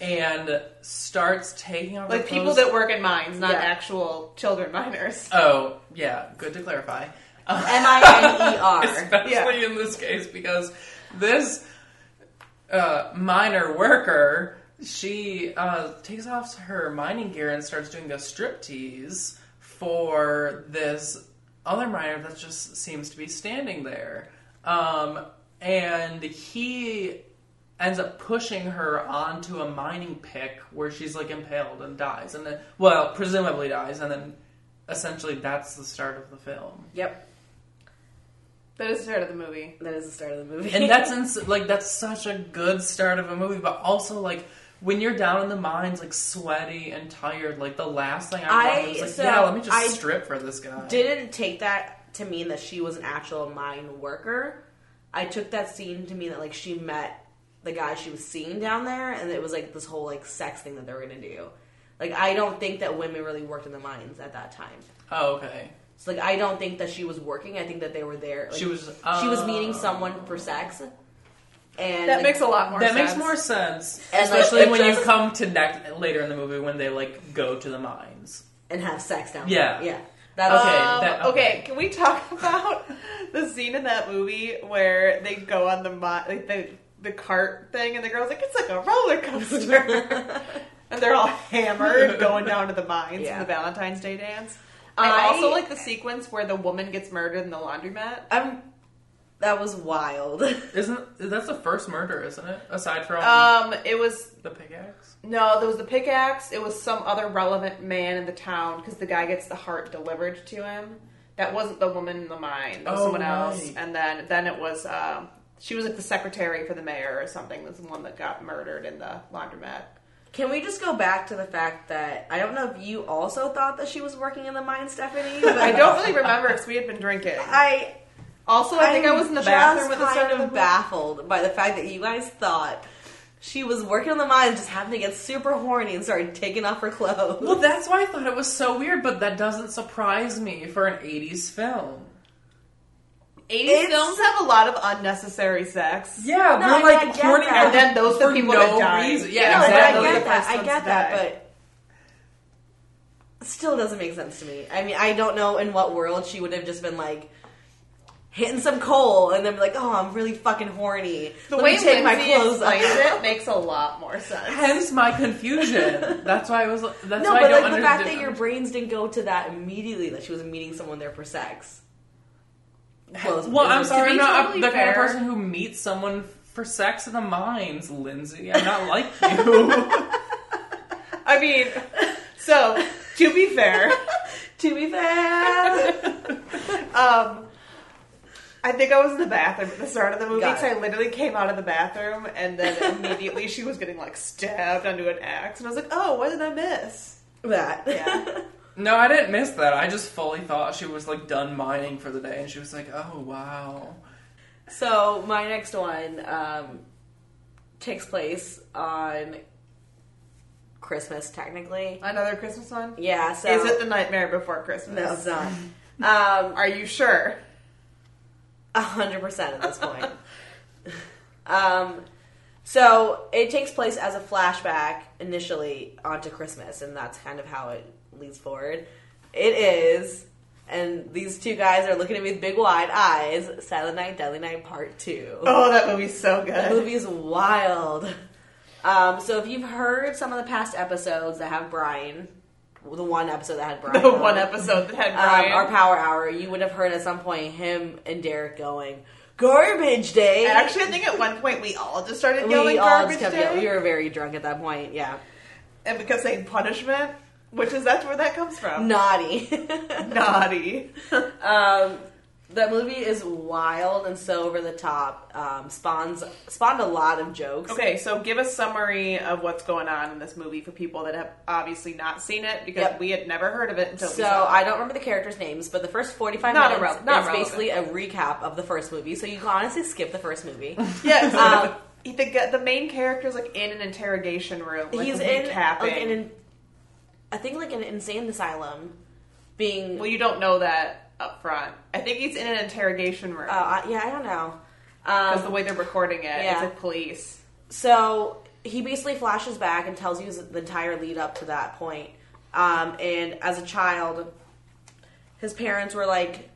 Speaker 3: and starts taking off her
Speaker 2: like people
Speaker 3: clothes-
Speaker 2: that work in mines, not
Speaker 1: Yeah.
Speaker 2: actual children miners.
Speaker 3: Oh, yeah, good to clarify.
Speaker 1: M I N E R.
Speaker 3: Especially in this case, because this uh, minor worker, she uh, takes off her mining gear and starts doing a striptease for this other miner that just seems to be standing there. Um, and he ends up pushing her onto a mining pick where she's like impaled and dies and then well presumably dies and then essentially that's the start of the film
Speaker 1: Yep,
Speaker 2: That is the start of the movie.
Speaker 1: that is the start of the movie.
Speaker 3: and that's ins- like that's such a good start of a movie but also like when you're down in the mines like sweaty and tired like the last thing i,
Speaker 1: I-
Speaker 3: wanted was like
Speaker 1: so
Speaker 3: yeah let me just
Speaker 1: I
Speaker 3: strip for this guy
Speaker 1: didn't take that to mean that she was an actual mine worker. I took that scene to mean that like she met the guy she was seeing down there, and it was like this whole like sex thing that they were gonna do. Like I don't think that women really worked in the mines at that time.
Speaker 3: oh okay
Speaker 1: So like I don't think that she was working. I think that they were there. Like,
Speaker 3: she was
Speaker 1: she was
Speaker 3: uh,
Speaker 1: meeting someone for sex, and
Speaker 2: That
Speaker 1: like,
Speaker 2: makes a lot more
Speaker 3: that
Speaker 2: sense.
Speaker 3: makes more sense
Speaker 1: And, like,
Speaker 3: especially
Speaker 1: it
Speaker 3: when you
Speaker 1: just-
Speaker 3: come to next later in the movie when they like go to the mines
Speaker 1: and have sex down
Speaker 3: Yeah.
Speaker 1: there. Yeah, that
Speaker 3: Okay,
Speaker 1: was
Speaker 2: Um,
Speaker 3: that-
Speaker 2: okay.
Speaker 3: okay.
Speaker 2: can we talk about the scene in that movie where they go on the mi- like the the cart thing and the girl's like it's like a roller coaster and they're all hammered going down to the mines
Speaker 1: Yeah.
Speaker 2: for the Valentine's Day dance.
Speaker 1: I-
Speaker 2: I also like the sequence where the woman gets murdered in the laundromat.
Speaker 1: I'm. That was wild.
Speaker 3: isn't that's the first murder isn't it aside from
Speaker 1: Uh,
Speaker 2: Um, it was
Speaker 3: the pickaxe
Speaker 2: No, there was the pickaxe. It was some other relevant man in the town because the guy gets the heart delivered to him. That wasn't the woman in the mine. That was
Speaker 3: Oh,
Speaker 2: someone else.
Speaker 3: right.
Speaker 2: And then then it was um, she was like the secretary for the mayor or something. That's the one that got murdered in the laundromat.
Speaker 1: Can we just go back to the fact that I don't know if you also thought that she was working in the mine, Stephanie? But
Speaker 2: I don't really remember because we had been drinking.
Speaker 1: I
Speaker 2: Also, I think I was in the
Speaker 1: I'm
Speaker 2: bathroom
Speaker 1: just
Speaker 2: at the start
Speaker 1: kind
Speaker 2: of the
Speaker 1: of baffled by the fact that you guys thought she was working on the mine, just happened to get super horny and started taking off her clothes.
Speaker 3: Well, that's why I thought it was so weird, but that doesn't surprise me for an 80s film.
Speaker 2: 80s
Speaker 1: It's-
Speaker 2: films have a lot of unnecessary sex.
Speaker 3: Yeah,
Speaker 1: No, I
Speaker 3: we're
Speaker 1: mean, I
Speaker 3: like
Speaker 1: get
Speaker 3: horny
Speaker 1: that.
Speaker 2: And then those are
Speaker 3: for
Speaker 2: the people
Speaker 3: no
Speaker 2: that die.
Speaker 3: reason.
Speaker 1: No,
Speaker 3: Yeah,
Speaker 1: but I
Speaker 2: exactly. Those are
Speaker 1: get
Speaker 2: the
Speaker 1: that.
Speaker 2: first
Speaker 1: I
Speaker 2: ones
Speaker 1: get
Speaker 2: to
Speaker 1: that,
Speaker 2: die.
Speaker 1: but still doesn't make sense to me. I mean, I don't know in what world she would have just been like hitting some coal and then be like, "Oh, I'm really fucking horny."
Speaker 2: The
Speaker 1: Let
Speaker 2: way
Speaker 1: me take my
Speaker 2: Lindsay
Speaker 1: clothes off.
Speaker 2: explains it makes a lot more sense.
Speaker 3: Hence my confusion. that's why I was. That's
Speaker 1: No,
Speaker 3: why I
Speaker 1: but
Speaker 3: don't
Speaker 1: like the fact that
Speaker 3: understand-
Speaker 1: your brains didn't go to that immediately that she was meeting someone there for sex. Blows
Speaker 3: Well,
Speaker 1: my
Speaker 3: I'm
Speaker 1: mind.
Speaker 3: sorry,
Speaker 2: be
Speaker 3: I'm not
Speaker 2: totally
Speaker 3: the kind
Speaker 2: fair-
Speaker 3: of person who meets someone for sex in the mines, Lindsay. I'm not like you.
Speaker 2: I mean, so to be fair,
Speaker 1: To be fair,
Speaker 2: um, I think I was in the bathroom at the start of the movie
Speaker 1: Got
Speaker 2: because I literally came out of the bathroom and then immediately she was getting like stabbed onto an axe and I was like, oh, what did I miss?
Speaker 1: that.
Speaker 2: Yeah.
Speaker 3: no, I didn't miss that. I just fully thought she was like done mining for the day, and she was like, "Oh wow."
Speaker 1: So my next one um, takes place on Christmas, technically.
Speaker 2: Another Christmas one?
Speaker 1: Yeah. So
Speaker 2: Is it the Nightmare Before
Speaker 1: no, it's
Speaker 2: Christmas?
Speaker 1: not. Um,
Speaker 2: Are you sure?
Speaker 1: A hundred percent at this point. um, so it takes place as a flashback initially onto Christmas, and that's kind of how it leads forward. It is, and these two guys are looking at me with big wide eyes. Silent Night, Deadly Night Part Two.
Speaker 2: Oh, that movie's so good.
Speaker 1: The movie is wild. Um, so if you've heard some of the past episodes that have Brian, the one episode that had Brian,
Speaker 2: the
Speaker 1: on
Speaker 2: one
Speaker 1: it,
Speaker 2: episode that had
Speaker 1: um,
Speaker 2: Brian.
Speaker 1: our power hour, you would have heard at some point him and Derek going garbage day.
Speaker 2: Actually, I think at one point we all just started
Speaker 1: we
Speaker 2: yelling
Speaker 1: all
Speaker 2: garbage
Speaker 1: just kept
Speaker 2: day,
Speaker 1: yelling. We were very drunk at that point. Yeah,
Speaker 2: and because saying punishment, which is that's where that comes from.
Speaker 1: naughty.
Speaker 2: Naughty.
Speaker 1: um, that movie is wild and so over the top. Um, spawns spawned a lot of jokes.
Speaker 2: okay, so give a summary of what's going on in this movie for people that have obviously not seen it because
Speaker 1: Yep.
Speaker 2: we had never heard of it until.
Speaker 1: So
Speaker 2: we saw it.
Speaker 1: I don't remember the characters' names, but the first forty-five
Speaker 2: Not
Speaker 1: minutes
Speaker 2: irrelevant- not
Speaker 1: is basically a recap of the first movie. So you can honestly skip the first movie.
Speaker 2: yes.
Speaker 1: um,
Speaker 2: he- the, gu- the main character's like in an interrogation room. Like,
Speaker 1: He's in
Speaker 2: recapping.
Speaker 1: like an, I think like an insane asylum, being
Speaker 2: well, you don't know that up front. I think he's in an interrogation room
Speaker 1: Uh, I- yeah, I don't know.
Speaker 2: because
Speaker 1: Um,
Speaker 2: the way they're recording it,
Speaker 1: yeah.
Speaker 2: it's like police.
Speaker 1: so he basically flashes back and tells you the entire lead up to that point. Um, and as a child, his parents were like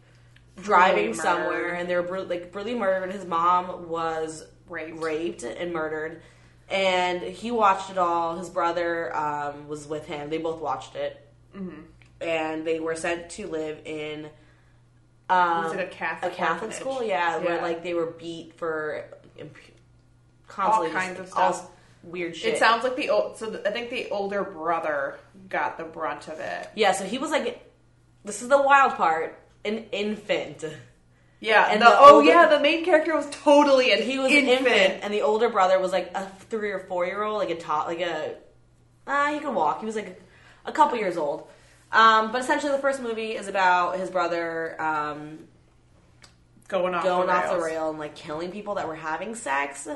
Speaker 1: driving
Speaker 2: murdered.
Speaker 1: somewhere, and they were bru- like brutally murdered. His mom was
Speaker 2: Raped.
Speaker 1: raped and murdered. And he watched it all. His brother um, was with him. They both watched it,
Speaker 2: Mm-hmm.
Speaker 1: and they were sent to live in um,
Speaker 2: Was it a Catholic
Speaker 1: a Catholic
Speaker 2: orphanage?
Speaker 1: school, yeah, where
Speaker 2: Yeah.
Speaker 1: like they were beat for imp- constantly just
Speaker 2: kinds of
Speaker 1: all
Speaker 2: stuff.
Speaker 1: weird shit.
Speaker 2: It sounds like the old. So the, I think the older brother got the brunt of it.
Speaker 1: yeah, so he was like, this is the wild part, an infant.
Speaker 2: Yeah,
Speaker 1: And
Speaker 2: the,
Speaker 1: the
Speaker 2: oh
Speaker 1: older-
Speaker 2: yeah, the main character was totally an
Speaker 1: He was an infant, and the older brother was like a three or four year old, like a top, like a ah, he could walk. He was like a couple years old. Um, but essentially, the first movie is about his brother um,
Speaker 2: going off
Speaker 1: going
Speaker 2: the rails.
Speaker 1: off the rail and like killing people that were having sex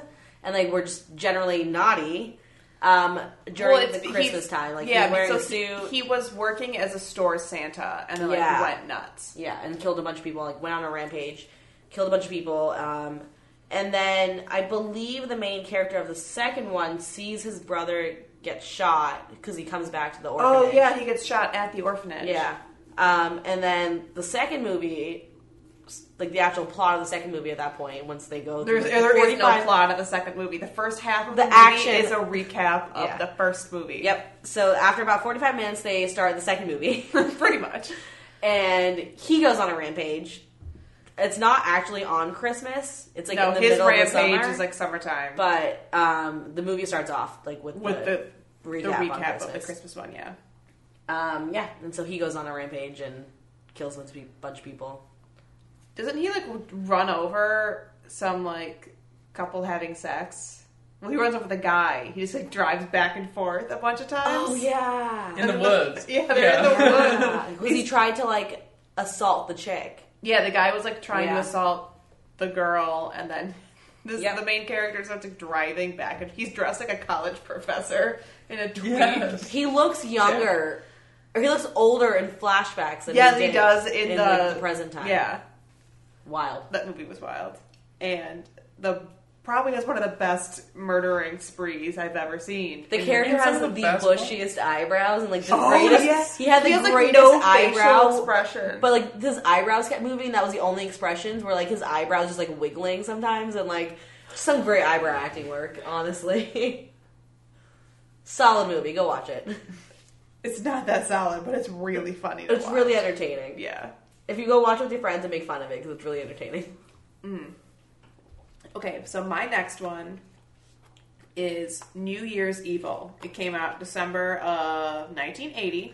Speaker 1: and like were just generally naughty um during
Speaker 2: Well,
Speaker 1: the
Speaker 2: it's-
Speaker 1: Christmas
Speaker 2: he's-
Speaker 1: time. Like
Speaker 2: yeah,
Speaker 1: he was wearing
Speaker 2: so
Speaker 1: a suit.
Speaker 2: He, he was working as a store Santa and then like
Speaker 1: Yeah.
Speaker 2: went nuts.
Speaker 1: yeah, and killed a bunch of people, like went on a rampage, killed a bunch of people, um and then I believe the main character of the second one sees his brother get shot because he comes back to the
Speaker 2: Oh
Speaker 1: orphanage.
Speaker 2: yeah, he gets shot at the orphanage.
Speaker 1: Yeah. Um, and then the second movie, s- like the actual plot of the second movie at that point, once they go
Speaker 2: There's,
Speaker 1: through
Speaker 2: there is no
Speaker 1: 45
Speaker 2: plot of the second movie. The first half of
Speaker 1: The
Speaker 2: the,
Speaker 1: action-
Speaker 2: movie is a recap of
Speaker 1: Yeah.
Speaker 2: the first movie.
Speaker 1: Yep. So after about 45 minutes, they start the second movie.
Speaker 2: pretty much.
Speaker 1: and he goes on a rampage. It's not actually on Christmas. It's like
Speaker 2: no,
Speaker 1: in the
Speaker 2: his
Speaker 1: middle
Speaker 2: rampage
Speaker 1: of the summer.
Speaker 2: is like summertime,
Speaker 1: but um, the movie starts off like with,
Speaker 2: with
Speaker 1: the,
Speaker 2: the
Speaker 1: recap,
Speaker 2: the
Speaker 1: on
Speaker 2: recap
Speaker 1: Christmas.
Speaker 2: of the Christmas one, yeah.
Speaker 1: Um, yeah, and so he goes on a rampage and kills a bunch of pe- bunch of people.
Speaker 2: Doesn't he like run over some like couple having sex? Well, he runs over the guy. He just like drives back and forth a bunch of times.
Speaker 1: Oh yeah.
Speaker 3: In the woods.
Speaker 2: Yeah, they're in the
Speaker 3: Yeah.
Speaker 2: woods.
Speaker 1: Because he tried to like assault the chick.
Speaker 2: Yeah, the guy was like trying
Speaker 1: Yeah.
Speaker 2: to assault the girl, and then this
Speaker 1: Yep.
Speaker 2: the main character starts like driving back, and he's dressed like a college professor in a tweed.
Speaker 3: Yes.
Speaker 1: He looks younger, or he looks older in flashbacks than
Speaker 2: Yes,
Speaker 1: he,
Speaker 2: he
Speaker 1: did
Speaker 2: does in the-
Speaker 1: like, the present time.
Speaker 2: Yeah,
Speaker 1: wild.
Speaker 2: that movie was wild, and the probably has one of the best murdering sprees I've ever seen.
Speaker 1: The
Speaker 2: And-
Speaker 1: character
Speaker 3: And some
Speaker 1: has the,
Speaker 3: of the best
Speaker 1: bushiest eyebrows and like the
Speaker 2: Oh,
Speaker 1: greatest.
Speaker 2: yes.
Speaker 1: He had the
Speaker 2: has, like,
Speaker 1: greatest
Speaker 2: no facial
Speaker 1: eyebrow
Speaker 2: expression.
Speaker 1: But like his eyebrows kept moving. and That was the only expressions where like his eyebrows just like wiggling sometimes, and like some great eyebrow acting work. Honestly, solid movie. Go watch it.
Speaker 2: it's not that solid, but it's really funny. To
Speaker 1: It's
Speaker 2: watch.
Speaker 1: really entertaining.
Speaker 2: yeah.
Speaker 1: If you go watch it with your friends and make fun of it, because it's really entertaining.
Speaker 2: Okay, so my next one is New Year's Evil. It came out December of 1980.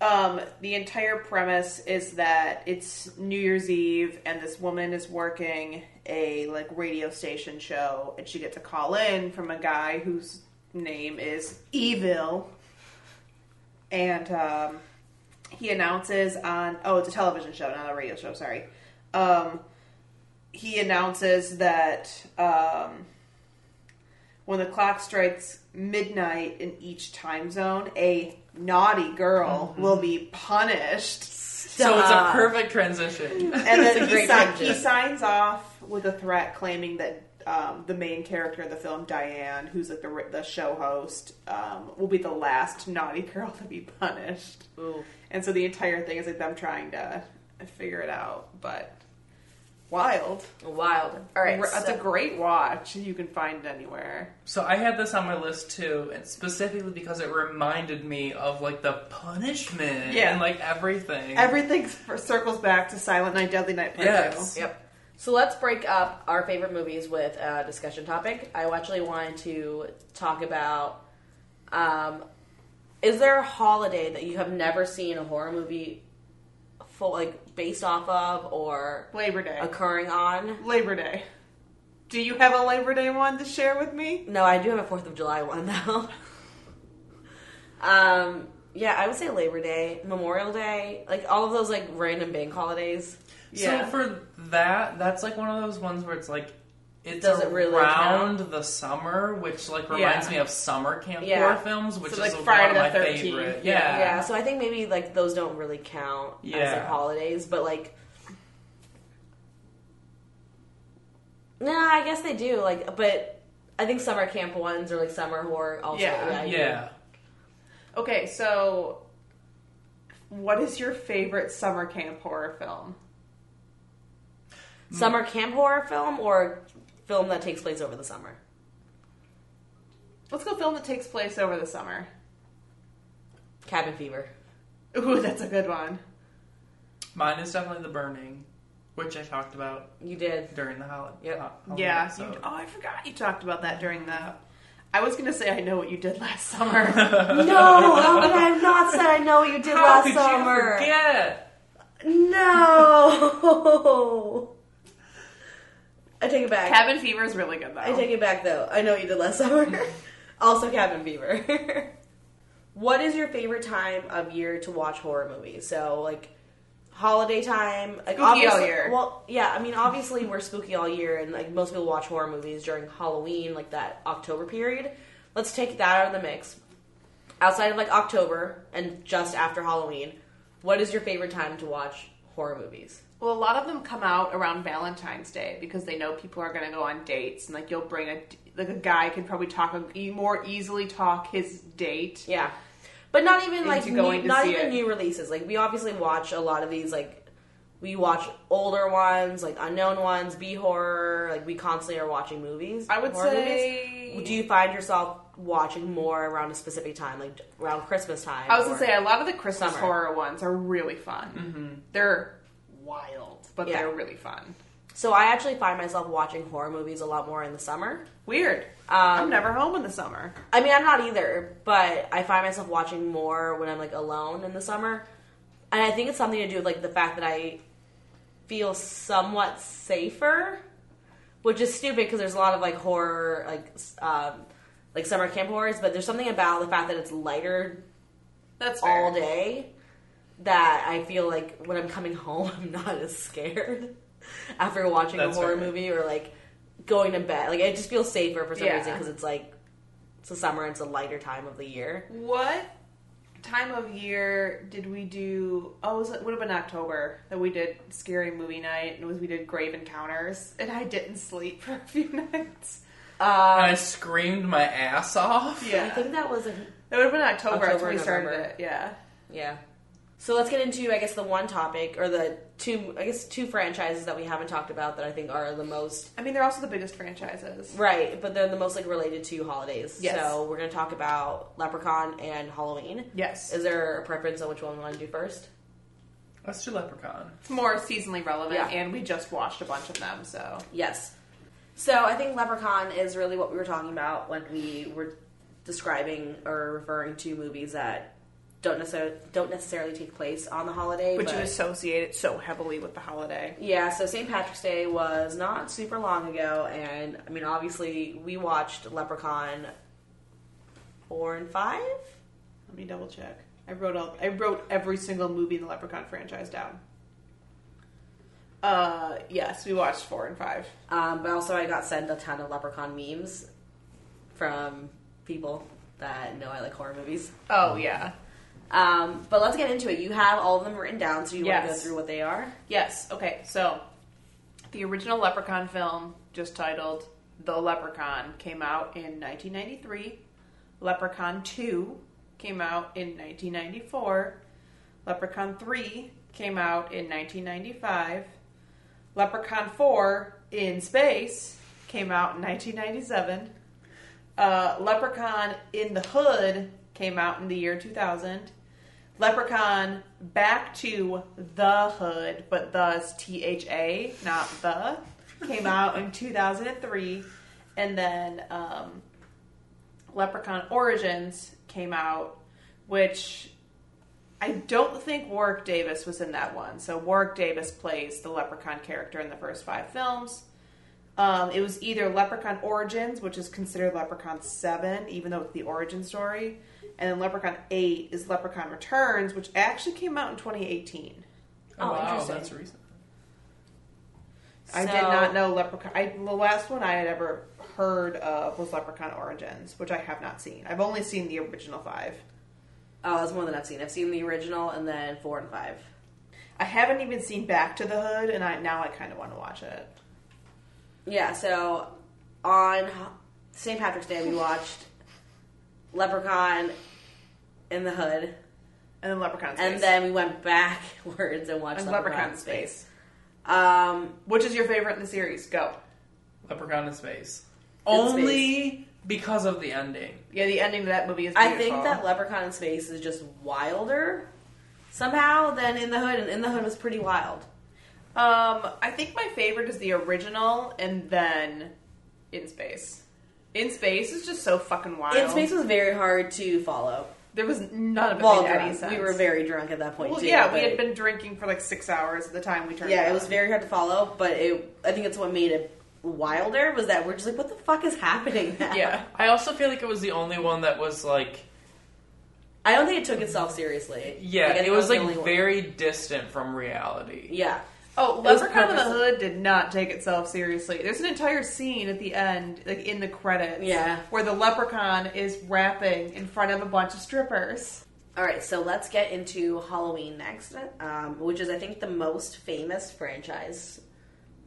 Speaker 2: Um, the entire premise is that it's New Year's Eve and this woman is working a like radio station show and she gets a call in from a guy whose name is Evil. And um he announces on oh it's a television show, not a radio show, sorry. Um he announces that um, when the clock strikes midnight in each time zone, a naughty girl
Speaker 1: Mm-hmm.
Speaker 2: will be punished.
Speaker 3: So it's a
Speaker 1: Stop.
Speaker 3: perfect
Speaker 2: And
Speaker 3: transition.
Speaker 1: That's a
Speaker 2: then he,
Speaker 1: great
Speaker 2: si-
Speaker 1: tangent.
Speaker 2: he signs off with a threat claiming that um, the main character of the film, Diane, who's like the, ri- the show host, um, will be the last naughty girl to be punished.
Speaker 1: Ooh.
Speaker 2: And so the entire thing is like them trying to figure it out, but wild.
Speaker 1: Wild. All right.
Speaker 2: Re- it's
Speaker 1: so-
Speaker 2: a great watch. You can find it anywhere.
Speaker 3: So I had this on my list too, and specifically because it reminded me of like the punishment
Speaker 2: Yeah.
Speaker 3: and like everything.
Speaker 2: Everything f- circles back to Silent Night, Deadly Night Part
Speaker 3: Yes.
Speaker 2: Two.
Speaker 1: Yep. So let's break up our favorite movies with a discussion topic. I actually wanted to talk about um, is there a holiday that you have never seen a horror movie full like based off of or
Speaker 2: Labor Day.
Speaker 1: occurring on?
Speaker 2: Labor Day. Do you have a Labor Day one to share with me?
Speaker 1: No, I do have a Fourth of July one though. um, yeah, I would say Labor Day, Memorial Day, like all of those like random bank holidays.
Speaker 2: Yeah.
Speaker 3: So for that, that's like one of those ones where it's like it's
Speaker 1: Does it really
Speaker 3: around the summer, which like reminds
Speaker 2: Yeah.
Speaker 3: me of summer camp
Speaker 1: Yeah.
Speaker 3: horror films, which
Speaker 2: So,
Speaker 3: is
Speaker 2: like,
Speaker 3: one
Speaker 2: Friday
Speaker 3: of
Speaker 2: the
Speaker 3: my
Speaker 2: 13th.
Speaker 3: favorite.
Speaker 2: Yeah.
Speaker 3: Yeah.
Speaker 1: Yeah, so I think maybe like those don't really count as like
Speaker 3: Yeah.
Speaker 1: holidays, but like Nah, I guess they do. Like but I think summer camp ones or like summer horror also.
Speaker 2: Yeah,
Speaker 1: I do.
Speaker 3: Yeah.
Speaker 2: Okay, so what is your favorite summer camp horror film?
Speaker 1: Summer camp horror film or film that takes place over the summer.
Speaker 2: Let's go film that takes place over the summer.
Speaker 1: Cabin fever.
Speaker 2: Ooh, that's a good one.
Speaker 3: Mine is definitely The Burning, which I talked about
Speaker 1: You did.
Speaker 3: during the holiday.
Speaker 1: Yep.
Speaker 2: yeah.
Speaker 3: So.
Speaker 2: you- oh, I forgot you talked about that during the. I was gonna say I know what you did last summer.
Speaker 1: No, how could I have not said I know what you did
Speaker 3: How
Speaker 1: last
Speaker 3: could
Speaker 1: summer?
Speaker 3: you forget?
Speaker 1: No. I take it back.
Speaker 2: Cabin Fever is really good though.
Speaker 1: I take it back though. I know what you did last summer. also, Cabin Fever. what is your favorite time of year to watch horror movies? So, like holiday time, like
Speaker 2: Spooky all
Speaker 1: obviously,
Speaker 2: year.
Speaker 1: Well, yeah. I mean, obviously we're spooky all year, and like most people watch horror movies during Halloween, like that October period. Let's take that out of the mix. Outside of like October and just after Halloween, what is your favorite time to watch horror movies?
Speaker 2: Well, a lot of them come out around Valentine's Day because they know people are going to go on dates, and like you'll bring a like a guy could probably talk a, more easily talk his date.
Speaker 1: Yeah, but not even like
Speaker 2: Into
Speaker 1: new,
Speaker 2: going to
Speaker 1: not
Speaker 2: see
Speaker 1: even
Speaker 2: it.
Speaker 1: new releases. Like we obviously watch a lot of these. Like we watch older ones, like unknown ones, B horror. Like we constantly are watching movies.
Speaker 2: I would
Speaker 1: horror
Speaker 2: say.
Speaker 1: movies. Do you find yourself watching more around a specific time, like around Christmas time?
Speaker 2: I was
Speaker 1: or-
Speaker 2: gonna say a lot of the Christmas
Speaker 1: Summer. Mm-hmm.
Speaker 2: horror ones are really fun. They're wild, but
Speaker 1: Yeah.
Speaker 2: they're really fun.
Speaker 1: So I actually find myself watching horror movies a lot more in the summer.
Speaker 2: Weird. I'm
Speaker 1: Um,
Speaker 2: never home in the summer.
Speaker 1: I mean, I'm not either, but I find myself watching more when I'm like alone in the summer. And I think it's something to do with like the fact that I feel somewhat safer which is stupid because there's a lot of like horror, like s- um, like summer camp horrors, but there's something about the fact that it's lighter
Speaker 2: That's fair.
Speaker 1: all day that I feel like when I'm coming home, I'm not as scared after watching
Speaker 3: That's
Speaker 1: a horror
Speaker 3: fair.
Speaker 1: movie or like going to bed. Like I just feel safer for some reason
Speaker 2: Yeah.
Speaker 1: 'cause reason because it's like it's the summer, it's a lighter time of the year.
Speaker 2: What time of year did we do? Oh, it, was, it would have been October that we did scary movie night, and was we did Grave Encounters, and I didn't sleep for a few nights.
Speaker 1: Um,
Speaker 3: and I screamed my ass off.
Speaker 1: I think that was a
Speaker 2: that would have been October. after
Speaker 1: October,
Speaker 2: we started
Speaker 1: November.
Speaker 2: it. Yeah,
Speaker 1: yeah. So let's get into I guess the one topic or the two I guess two franchises that we haven't talked about that I think are the most
Speaker 2: I mean they're also the biggest franchises.
Speaker 1: right, but they're the most like related to holidays.
Speaker 2: Yes.
Speaker 1: So we're gonna talk about Leprechaun and Halloween.
Speaker 2: Yes,
Speaker 1: Is there a preference on which one we want to do first?
Speaker 3: Let's do Leprechaun.
Speaker 2: it's more seasonally relevant,
Speaker 1: Yeah.
Speaker 2: and we just watched a bunch of them. So
Speaker 1: Yes. So I think Leprechaun is really what we were talking about when we were describing or referring to movies that don't necessarily don't necessarily take place on the holiday.
Speaker 2: which
Speaker 1: but
Speaker 2: you associate it so heavily with the holiday.
Speaker 1: yeah, so St. Patrick's Day was not super long ago, and I mean, obviously, we watched Leprechaun four and five.
Speaker 2: Let me double check. I wrote all, I wrote every single movie in the Leprechaun franchise down. Uh, yes, we watched four and five.
Speaker 1: Um, but also, I got sent a ton of Leprechaun memes from people that know I like horror movies.
Speaker 2: Oh yeah.
Speaker 1: Um, but let's get into it. You have all of them written down, so you want to go
Speaker 2: Yes.
Speaker 1: through what they are.
Speaker 2: Yes. Okay. So, the original Leprechaun film, just titled The Leprechaun, came out in 1993. Leprechaun 2 came out in 1994. Leprechaun 3 came out in 1995. Leprechaun 4 in Space came out in 1997. Uh, Leprechaun in the Hood came out in the year 2000. Leprechaun back to the hood, but thus T H A, not the, came out in 2003. And then um, Leprechaun Origins came out, which I don't think Warwick Davis was in that one. So Warwick Davis plays the Leprechaun character in the first five films. Um, it was either Leprechaun Origins, which is considered Leprechaun 7, even though it's the origin story, and then Leprechaun 8 is Leprechaun Returns, which actually came out in 2018.
Speaker 1: Oh,
Speaker 3: wow,
Speaker 1: interesting.
Speaker 3: that's recent.
Speaker 2: I did
Speaker 1: So-
Speaker 2: not know Leprechaun. I, the last one I had ever heard of was Leprechaun Origins, which I have not seen. I've only seen the original five.
Speaker 1: Oh, that's more than I've seen. I've seen the original and then four and five.
Speaker 2: I haven't even seen Back to the Hood, and I now I kind of want to watch it.
Speaker 1: Yeah, so on St. Patrick's Day, we watched Leprechaun in the Hood,
Speaker 2: And then Leprechaun in Space.
Speaker 1: and then we went backwards and watched
Speaker 2: And
Speaker 1: Leprechaun,
Speaker 2: Leprechaun
Speaker 1: in
Speaker 2: in
Speaker 1: Space.
Speaker 2: Space.
Speaker 1: Um,
Speaker 2: Which is your favorite in the series? Go.
Speaker 3: Leprechaun in space.
Speaker 1: In space.
Speaker 3: Only because of the ending.
Speaker 2: Yeah, the ending of that movie is
Speaker 1: I
Speaker 2: beautiful.
Speaker 1: think that Leprechaun in Space is just wilder somehow than In the Hood, and In the Hood was pretty wild.
Speaker 2: Um, I think my favorite is the original and then In Space. In Space is just so fucking wild.
Speaker 1: In Space was very hard to follow.
Speaker 2: there was none of it
Speaker 1: Well,
Speaker 2: made any
Speaker 1: drunk.
Speaker 2: sense.
Speaker 1: we were very drunk at that point.
Speaker 2: well,
Speaker 1: too,
Speaker 2: yeah, we
Speaker 1: but-
Speaker 2: had been drinking for like six hours at the time we turned.
Speaker 1: Yeah,
Speaker 2: on.
Speaker 1: it was very hard to follow, but it, I think it's what made it wilder was that we're just like, what the fuck is happening? now?
Speaker 2: yeah.
Speaker 3: I also feel like it was the only one that was like,
Speaker 1: I don't think it took itself seriously.
Speaker 3: yeah,
Speaker 1: Like, I think
Speaker 3: it was
Speaker 1: the
Speaker 3: like
Speaker 1: only one.
Speaker 3: very distant from reality.
Speaker 1: yeah.
Speaker 2: Oh,
Speaker 1: was
Speaker 2: Leprechaun in the
Speaker 1: purposeful.
Speaker 2: Hood did not take itself seriously. There's an entire scene at the end, like in the credits,
Speaker 1: Yeah.
Speaker 2: where the leprechaun is rapping in front of a bunch of strippers.
Speaker 1: All right, so let's get into Halloween next, um, which is I think the most famous franchise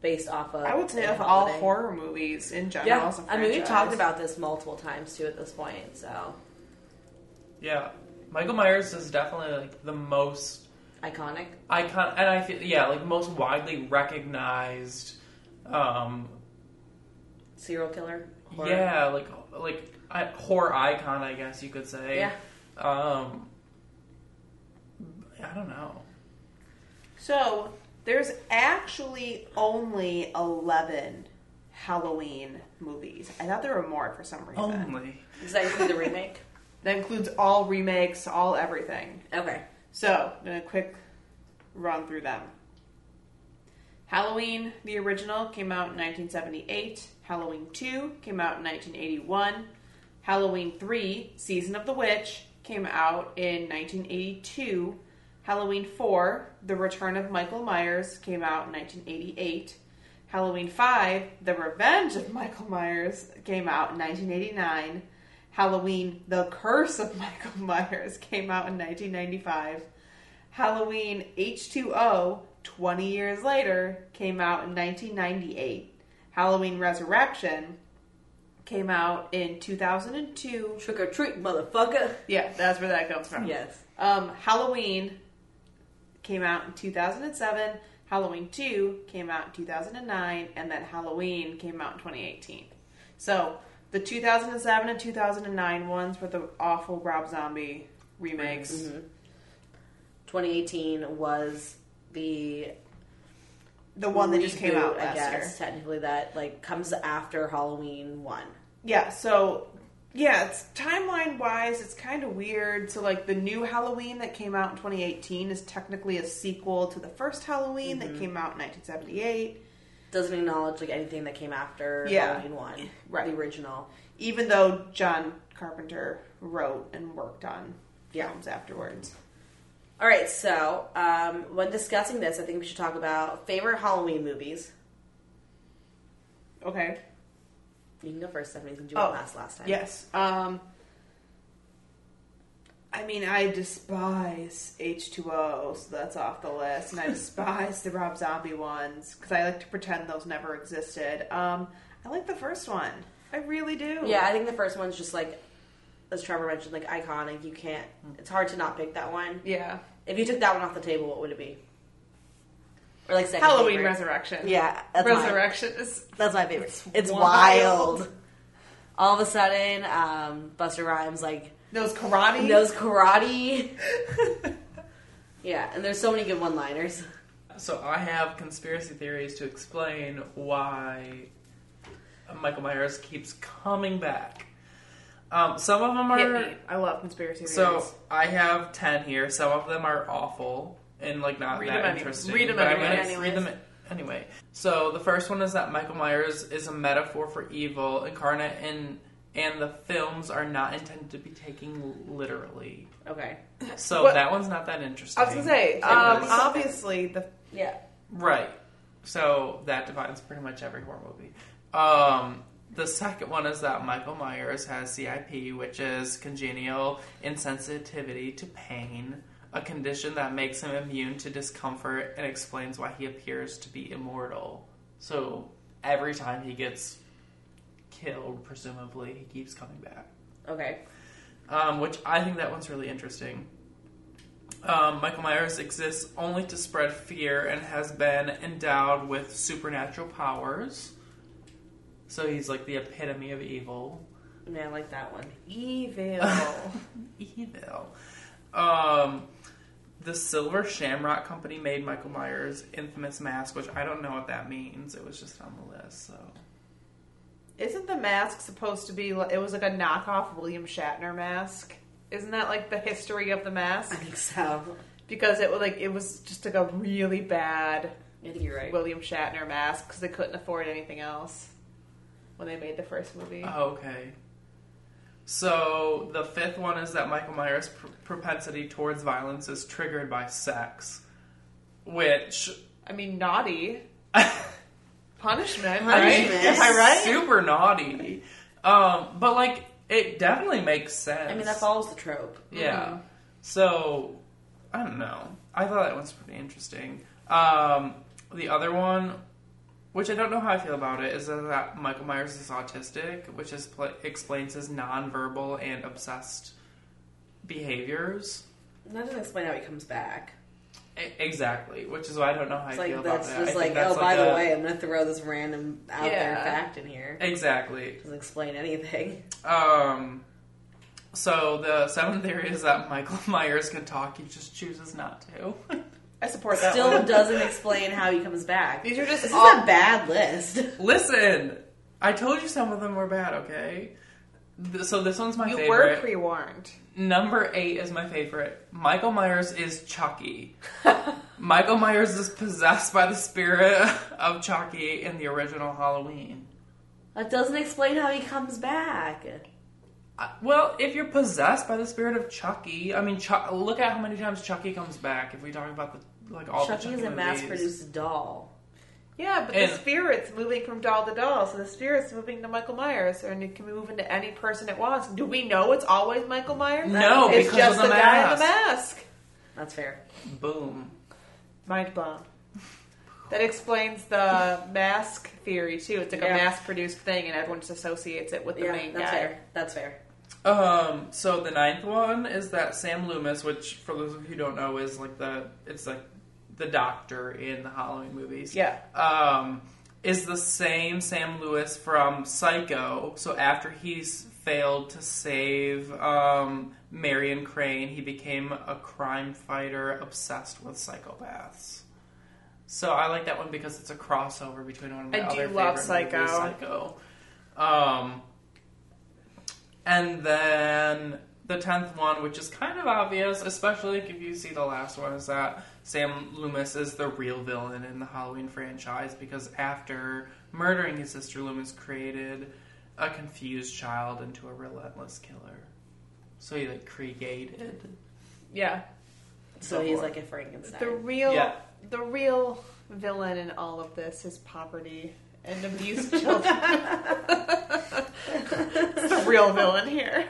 Speaker 1: based off of.
Speaker 2: I would say
Speaker 1: a
Speaker 2: of all
Speaker 1: holiday.
Speaker 2: horror movies in general,
Speaker 1: Yeah,
Speaker 2: it's a
Speaker 1: I mean we've
Speaker 2: franchise.
Speaker 1: talked about this multiple times too at this point. So
Speaker 3: Yeah. Michael Myers is definitely like the most
Speaker 1: iconic.
Speaker 3: icon, and I feel yeah, like most widely recognized. Um,
Speaker 1: Serial killer. horror.
Speaker 3: yeah, like like I, horror icon, I guess you could say.
Speaker 1: Yeah.
Speaker 3: Um, I don't know.
Speaker 2: So there's actually only eleven Halloween movies. I thought there were more for some
Speaker 3: Oh
Speaker 2: reason.
Speaker 3: Only.
Speaker 1: Does that include the remake?
Speaker 2: That includes all remakes, all everything.
Speaker 1: Okay.
Speaker 2: So I'm gonna quick run through them. Halloween, the original, came out in 1978. Halloween 2 came out in 1981. Halloween 3, Season of the Witch, came out in 1982. Halloween 4, The Return of Michael Myers, came out in 1988. Halloween 5, The Revenge of Michael Myers, came out in 1989. Halloween, The Curse of Michael Myers, came out in 1995. Halloween H2O, 20 years later, came out in 1998. Halloween Resurrection came out in 2002.
Speaker 1: Trick or treat, motherfucker.
Speaker 2: Yeah, that's where that comes from.
Speaker 1: Yes.
Speaker 2: Um, Halloween came out in 2007. Halloween 2 came out in 2009. And then Halloween came out in 2018. So the 2007 and 2009 ones were the awful Rob Zombie remakes.
Speaker 1: Mm-hmm. 2018 was the
Speaker 2: The one that just came
Speaker 1: reboot,
Speaker 2: out last
Speaker 1: I guess,
Speaker 2: year.
Speaker 1: technically that like comes after Halloween one.
Speaker 2: Yeah, so yeah, it's timeline wise, it's kind of weird. So like the new Halloween that came out in 2018 is technically a sequel to the first Halloween that
Speaker 1: Mm-hmm.
Speaker 2: came out in 1978,
Speaker 1: Doesn't acknowledge like anything that came after
Speaker 2: Yeah.
Speaker 1: Halloween one,
Speaker 2: Right.
Speaker 1: The original.
Speaker 2: even though John Carpenter wrote and worked on
Speaker 1: Yeah.
Speaker 2: films afterwards.
Speaker 1: All right, so um, when discussing this, I think we should talk about favorite Halloween movies.
Speaker 2: Okay.
Speaker 1: You can go first, Stephanie, since you went
Speaker 2: Oh,
Speaker 1: last last time.
Speaker 2: Yes. Um I mean, I despise H2O, so that's off the list. And I despise the Rob Zombie ones because I like to pretend those never existed. Um, I like the first one. I really do.
Speaker 1: Yeah, I think the first one's just like, as Trevor mentioned, like iconic. You can't.
Speaker 2: Mm.
Speaker 1: It's hard to not pick that one.
Speaker 2: Yeah.
Speaker 1: If you took that one off the table, what would it be? Or like second
Speaker 2: Halloween
Speaker 1: favorite.
Speaker 2: Resurrection.
Speaker 1: Yeah, that's mine.
Speaker 2: Resurrection is.
Speaker 1: That's my favorite. It's, wild.
Speaker 2: wild.
Speaker 1: All of a sudden, um, Buster Rhymes like
Speaker 2: Those karate.
Speaker 1: knows karate. yeah, and there's so many good one-liners.
Speaker 3: So I have conspiracy theories to explain why Michael Myers keeps coming back. Um, some of them
Speaker 2: Hit
Speaker 3: are
Speaker 2: me. I love conspiracy theories.
Speaker 3: so I have ten here. Some of them are awful and like not
Speaker 2: Read
Speaker 3: that
Speaker 2: them any-
Speaker 3: interesting.
Speaker 2: read them
Speaker 3: but I'm
Speaker 2: anyway.
Speaker 3: gonna read them anyway. So the first one is that Michael Myers is a metaphor for evil incarnate, and and the films are not intended to be taken literally.
Speaker 1: Okay.
Speaker 3: So
Speaker 2: What-
Speaker 3: that one's not that interesting.
Speaker 2: I was gonna say,
Speaker 3: It
Speaker 2: um,
Speaker 3: was-
Speaker 2: obviously the
Speaker 1: Yeah.
Speaker 3: Right. So that defines pretty much every horror movie. Um, the second one is that Michael Myers has CIP, which is congenital insensitivity to pain, a condition that makes him immune to discomfort and explains why he appears to be immortal. So every time he gets killed, presumably, he keeps coming back
Speaker 1: Okay.
Speaker 3: um, which I think that one's really interesting. Um, Michael Myers exists only to spread fear and has been endowed with supernatural powers. So he's like the epitome of evil.
Speaker 1: Yeah, I like that one.
Speaker 2: evil.
Speaker 3: evil. Um, the Silver Shamrock Company made Michael Myers' infamous mask, which I don't know what that means. It was just on the list, so.
Speaker 2: Isn't the mask supposed to be? It was like a knockoff William Shatner mask. Isn't that like the history of the
Speaker 1: I
Speaker 2: mask?
Speaker 1: think so.
Speaker 2: Because it was like it was just like a really bad
Speaker 1: I think you're right.
Speaker 2: William Shatner mask because they couldn't afford anything else when they made the first movie.
Speaker 3: Oh, okay. So the fifth one is that Michael Myers' pr- propensity towards violence is triggered by sex, which
Speaker 2: I mean, naughty
Speaker 3: right?
Speaker 2: punishment,
Speaker 1: Punishment.
Speaker 2: right? Am I right?
Speaker 3: Super naughty. Um, but like it definitely makes sense.
Speaker 1: I mean, that follows the trope.
Speaker 3: Yeah.
Speaker 1: Mm-hmm.
Speaker 2: Mhm.
Speaker 3: So I don't know. I thought that one's pretty interesting. Um, the other one, which I don't know how I feel about it, is that Michael Myers is autistic, which is pl- explains his nonverbal and obsessed behaviors.
Speaker 1: That doesn't explain how he comes back.
Speaker 3: E- exactly, which is why I don't know how I
Speaker 1: It's
Speaker 3: feel
Speaker 1: like
Speaker 3: about
Speaker 1: that's
Speaker 3: that. I
Speaker 1: just
Speaker 3: think
Speaker 1: like,
Speaker 3: that's
Speaker 1: oh, by the
Speaker 3: a-
Speaker 1: way, I'm gonna throw this random out there
Speaker 2: Yeah.
Speaker 1: fact in here.
Speaker 3: exactly.
Speaker 1: Doesn't explain anything.
Speaker 3: Um, so the seventh theory is that Michael Myers can talk; he just chooses not to.
Speaker 2: I support that.
Speaker 1: Still
Speaker 2: one.
Speaker 1: doesn't explain how he comes back.
Speaker 2: These are just
Speaker 1: This is
Speaker 2: all-
Speaker 1: a bad list.
Speaker 3: Listen, I told you some of them were bad. Okay, Th- So this one's my
Speaker 2: you
Speaker 3: favorite.
Speaker 2: were pre warned.
Speaker 3: Number eight is my favorite. Michael Myers is Chucky. Michael Myers is possessed by the spirit of Chucky in the original Halloween.
Speaker 1: That doesn't explain how he comes back.
Speaker 3: I- Well, if you're possessed by the spirit of Chucky, I mean, Chuck, look at how many times Chucky comes back. If we talk about the like all
Speaker 1: Chucky
Speaker 3: the
Speaker 1: is
Speaker 3: Chucky
Speaker 1: a mass
Speaker 3: movies.
Speaker 1: produced doll.
Speaker 2: Yeah, but
Speaker 3: And-
Speaker 2: the spirit's moving from doll to doll, so the spirit's moving to Michael Myers, and it can move into any person it wants. Do we know it's always Michael Myers?
Speaker 3: No,
Speaker 2: it's
Speaker 3: because
Speaker 2: just
Speaker 3: of the
Speaker 2: guy in the
Speaker 3: mask.
Speaker 2: mask.
Speaker 1: That's fair.
Speaker 3: Boom.
Speaker 2: Mind blown. That explains the mask theory too. It's like
Speaker 1: Yeah.
Speaker 2: a mass-produced thing, and everyone just associates it with the
Speaker 1: yeah,
Speaker 2: main
Speaker 1: that's
Speaker 2: guy.
Speaker 1: fair. That's fair.
Speaker 3: Um, so the ninth one is that Sam Loomis, which for those of you who don't know is like the it's like the doctor in the Halloween movies.
Speaker 2: Yeah.
Speaker 3: Um is the same Sam Lewis from Psycho. So after he's failed to save um Marion Crane, he became a crime fighter obsessed with psychopaths. So I like that one because it's a crossover between one of my
Speaker 2: I do
Speaker 3: other
Speaker 2: love
Speaker 3: favorite movies,
Speaker 2: Psycho.
Speaker 3: Psycho. Um, and then the tenth one, which is kind of obvious, especially if you see the last one, is that Sam Loomis is the real villain in the Halloween franchise because after murdering his sister, Loomis created a confused child into a relentless killer. So he like created.
Speaker 2: Yeah.
Speaker 1: So
Speaker 3: Go
Speaker 1: he's
Speaker 3: for it.
Speaker 1: like a Frankenstein.
Speaker 2: The real
Speaker 3: Yeah.
Speaker 2: the real villain in all of this is poverty and abused children. it's the real villain here.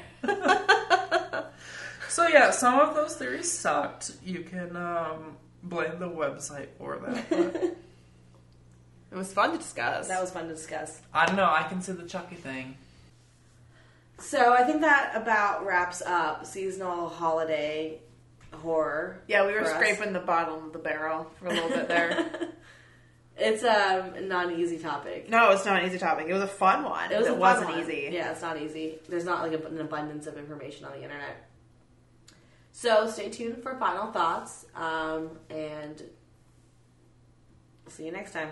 Speaker 3: So yeah, some of those theories sucked. You can um, blame the website for that. But
Speaker 2: It was fun to discuss.
Speaker 1: that was fun to discuss.
Speaker 3: I don't know. I can see the Chucky thing.
Speaker 1: So I think that about wraps up seasonal holiday horror.
Speaker 2: yeah, we were
Speaker 1: for us.
Speaker 2: scraping the bottom of the barrel for a little bit there.
Speaker 1: it's um, not an easy topic.
Speaker 2: no, it's not an easy topic. It was a fun one.
Speaker 1: It was a fun
Speaker 2: wasn't
Speaker 1: one.
Speaker 2: easy.
Speaker 1: Yeah, it's not easy. There's not like a, an abundance of information on the internet. So stay tuned for final thoughts, um, and see you next time.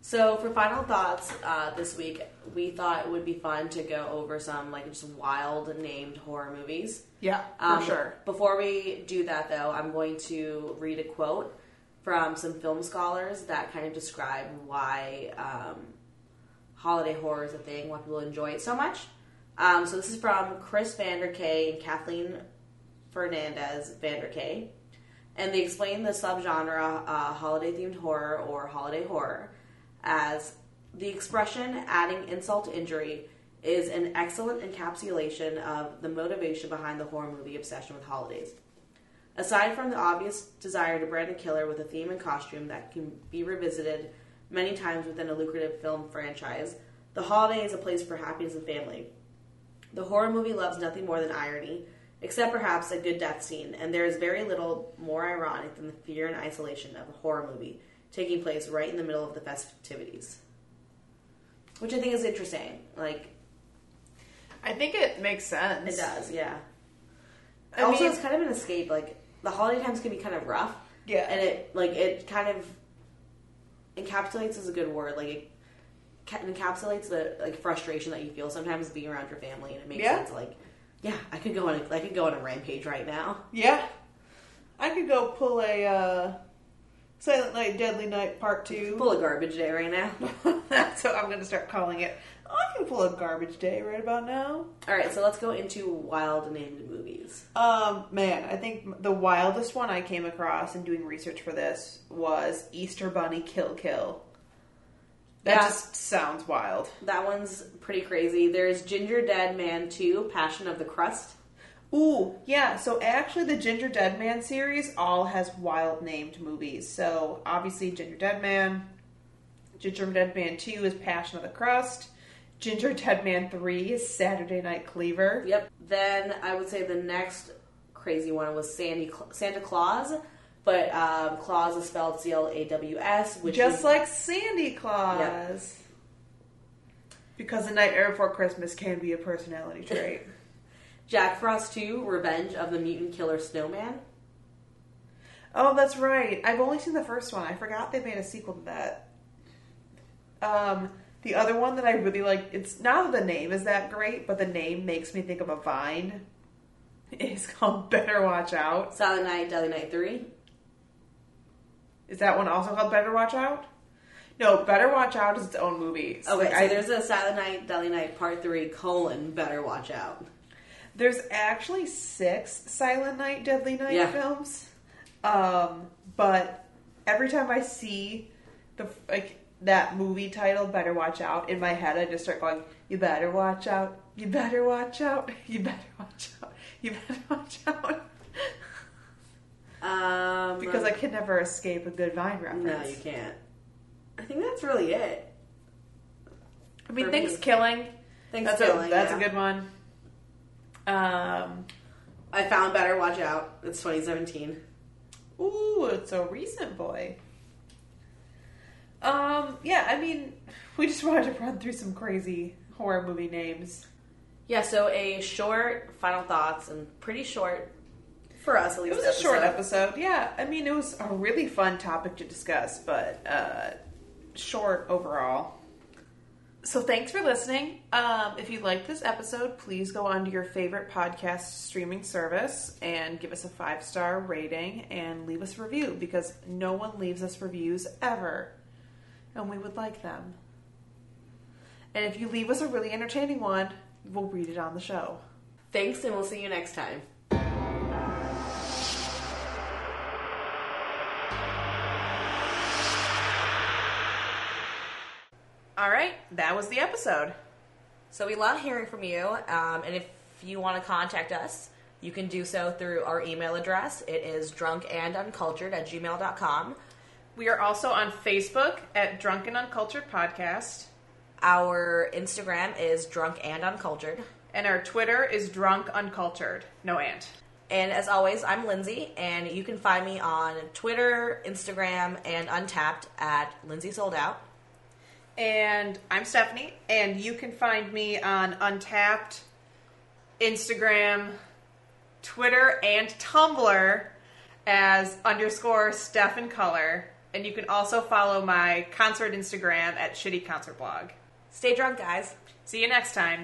Speaker 1: So for final thoughts uh, this week, we thought it would be fun to go over some like just wild named horror movies.
Speaker 2: Yeah,
Speaker 1: Um,
Speaker 2: for sure.
Speaker 1: Before we do that, though, I'm going to read a quote from some film scholars that kind of describe why um, holiday horror is a thing, why people enjoy it so much. Um, so this is from Chris Vanderkay and Kathleen Fernandez Vanderkay, and they explain the subgenre uh, holiday themed horror or holiday horror as the expression adding insult to injury is an excellent encapsulation of the motivation behind the horror movie obsession with holidays. Aside from the obvious desire to brand a killer with a theme and costume that can be revisited many times within a lucrative film franchise, the holiday is a place for happiness and family. The horror movie loves nothing more than irony, except perhaps a good death scene, and there is very little more ironic than the fear and isolation of a horror movie taking place right in the middle of the festivities. Which I think is interesting. Like,
Speaker 2: I think it makes sense.
Speaker 1: it does, yeah.
Speaker 2: I
Speaker 1: also,
Speaker 2: mean-
Speaker 1: it's kind of an escape. Like, the holiday times can be kind of rough,
Speaker 2: Yeah.
Speaker 1: and it, like, it kind of encapsulates is a good word. Like, it ca- encapsulates the like frustration that you feel sometimes being around your family, and it makes
Speaker 2: Yeah.
Speaker 1: sense. Like, yeah, I could go on, a, I could go on a rampage right now.
Speaker 2: Yeah. I could go pull a uh, Silent Night, Deadly Night Part 2.
Speaker 1: Full of garbage day right now.
Speaker 2: That's what I'm going to start calling it. I can pull a garbage day right about now.
Speaker 1: All right, so let's go into wild named movies.
Speaker 2: Um, man, I think the wildest one I came across in doing research for this was Easter Bunny Kill Kill. That
Speaker 1: Yeah.
Speaker 2: just sounds wild.
Speaker 1: That one's pretty crazy. There's Ginger Dead Man 2, Passion of the Crust.
Speaker 2: Ooh, yeah. So actually, the Ginger Dead Man series all has wild named movies. So obviously, Ginger Dead Man, Ginger Dead Man Two is Passion of the Crust, Ginger Dead Man Three is Saturday Night Cleaver.
Speaker 1: Yep. Then I would say the next crazy one was Sandy Cl- Santa Claus, but um, Claus is spelled C L A W S, which
Speaker 2: Just
Speaker 1: is,
Speaker 2: like Sandy Claus.
Speaker 1: Yeah.
Speaker 2: Because the night air before Christmas can be a personality trait.
Speaker 1: Jack Frost 2 Revenge of the Mutant Killer Snowman.
Speaker 2: Oh, that's right. I've only seen the first one. I forgot they made a sequel to that. Um, the other one that I really like, it's not that the name is that great, but the name makes me think of a vine. It's called Better Watch Out.
Speaker 1: Silent Night, Deadly Night 3.
Speaker 2: Is that one also called Better Watch Out? No, Better Watch Out is its own movie. So,
Speaker 1: Okay,
Speaker 2: like,
Speaker 1: so
Speaker 2: Oh, I-
Speaker 1: there's a Silent Night, Deadly Night Part 3 colon Better Watch Out.
Speaker 2: There's actually six Silent Night, Deadly Night
Speaker 1: Yeah.
Speaker 2: films. Um, but every time I see the like that movie title, Better Watch Out, in my head I just start going, You better watch out, you better watch out, you better watch out, you better watch out
Speaker 1: Um,
Speaker 2: Because I can never escape a good vine
Speaker 1: No,
Speaker 2: reference.
Speaker 1: you can't. I think that's really it.
Speaker 2: I mean
Speaker 1: For
Speaker 2: Thanks
Speaker 1: me.
Speaker 2: Killing.
Speaker 1: Thanks,
Speaker 2: That's
Speaker 1: Dylan,
Speaker 2: a that's
Speaker 1: yeah.
Speaker 2: a good one. Um
Speaker 1: I found Better Watch Out. It's 2017.
Speaker 2: Ooh, it's a recent boy. Um, yeah, I mean, we just wanted to run through some crazy horror movie names.
Speaker 1: Yeah, so a short final thoughts and pretty short for us at
Speaker 2: It
Speaker 1: least.
Speaker 2: was a short episode, yeah. I mean, it was a really fun topic to discuss, but uh, short overall. So thanks for listening. Um, if you liked this episode, please go onto your favorite podcast streaming service and give us a five star rating and leave us a review because no one leaves us reviews ever, and we would like them. And if you leave us a really entertaining one, we'll read it on the show.
Speaker 1: Thanks, and we'll see you next time.
Speaker 2: All right, that was the episode.
Speaker 1: So we love hearing from you, um, and if you want to contact us, you can do so through our email address. It is drunkanduncultured at gmail.com.
Speaker 2: We are also on Facebook at Drunken Uncultured Podcast,
Speaker 1: Our Instagram is drunk and uncultured.
Speaker 2: and our Twitter is Drunk Uncultured. No and.
Speaker 1: And as always, I'm Lindsay, and you can find me on Twitter, Instagram, and Untapped at Lindsay Sold Out.
Speaker 2: And I'm Stephanie, and you can find me on Untapped, Instagram, Twitter, and Tumblr as underscore Steph and Color. And you can also follow my concert Instagram at Shitty Concert Blog.
Speaker 1: Stay drunk, guys.
Speaker 2: See you next time.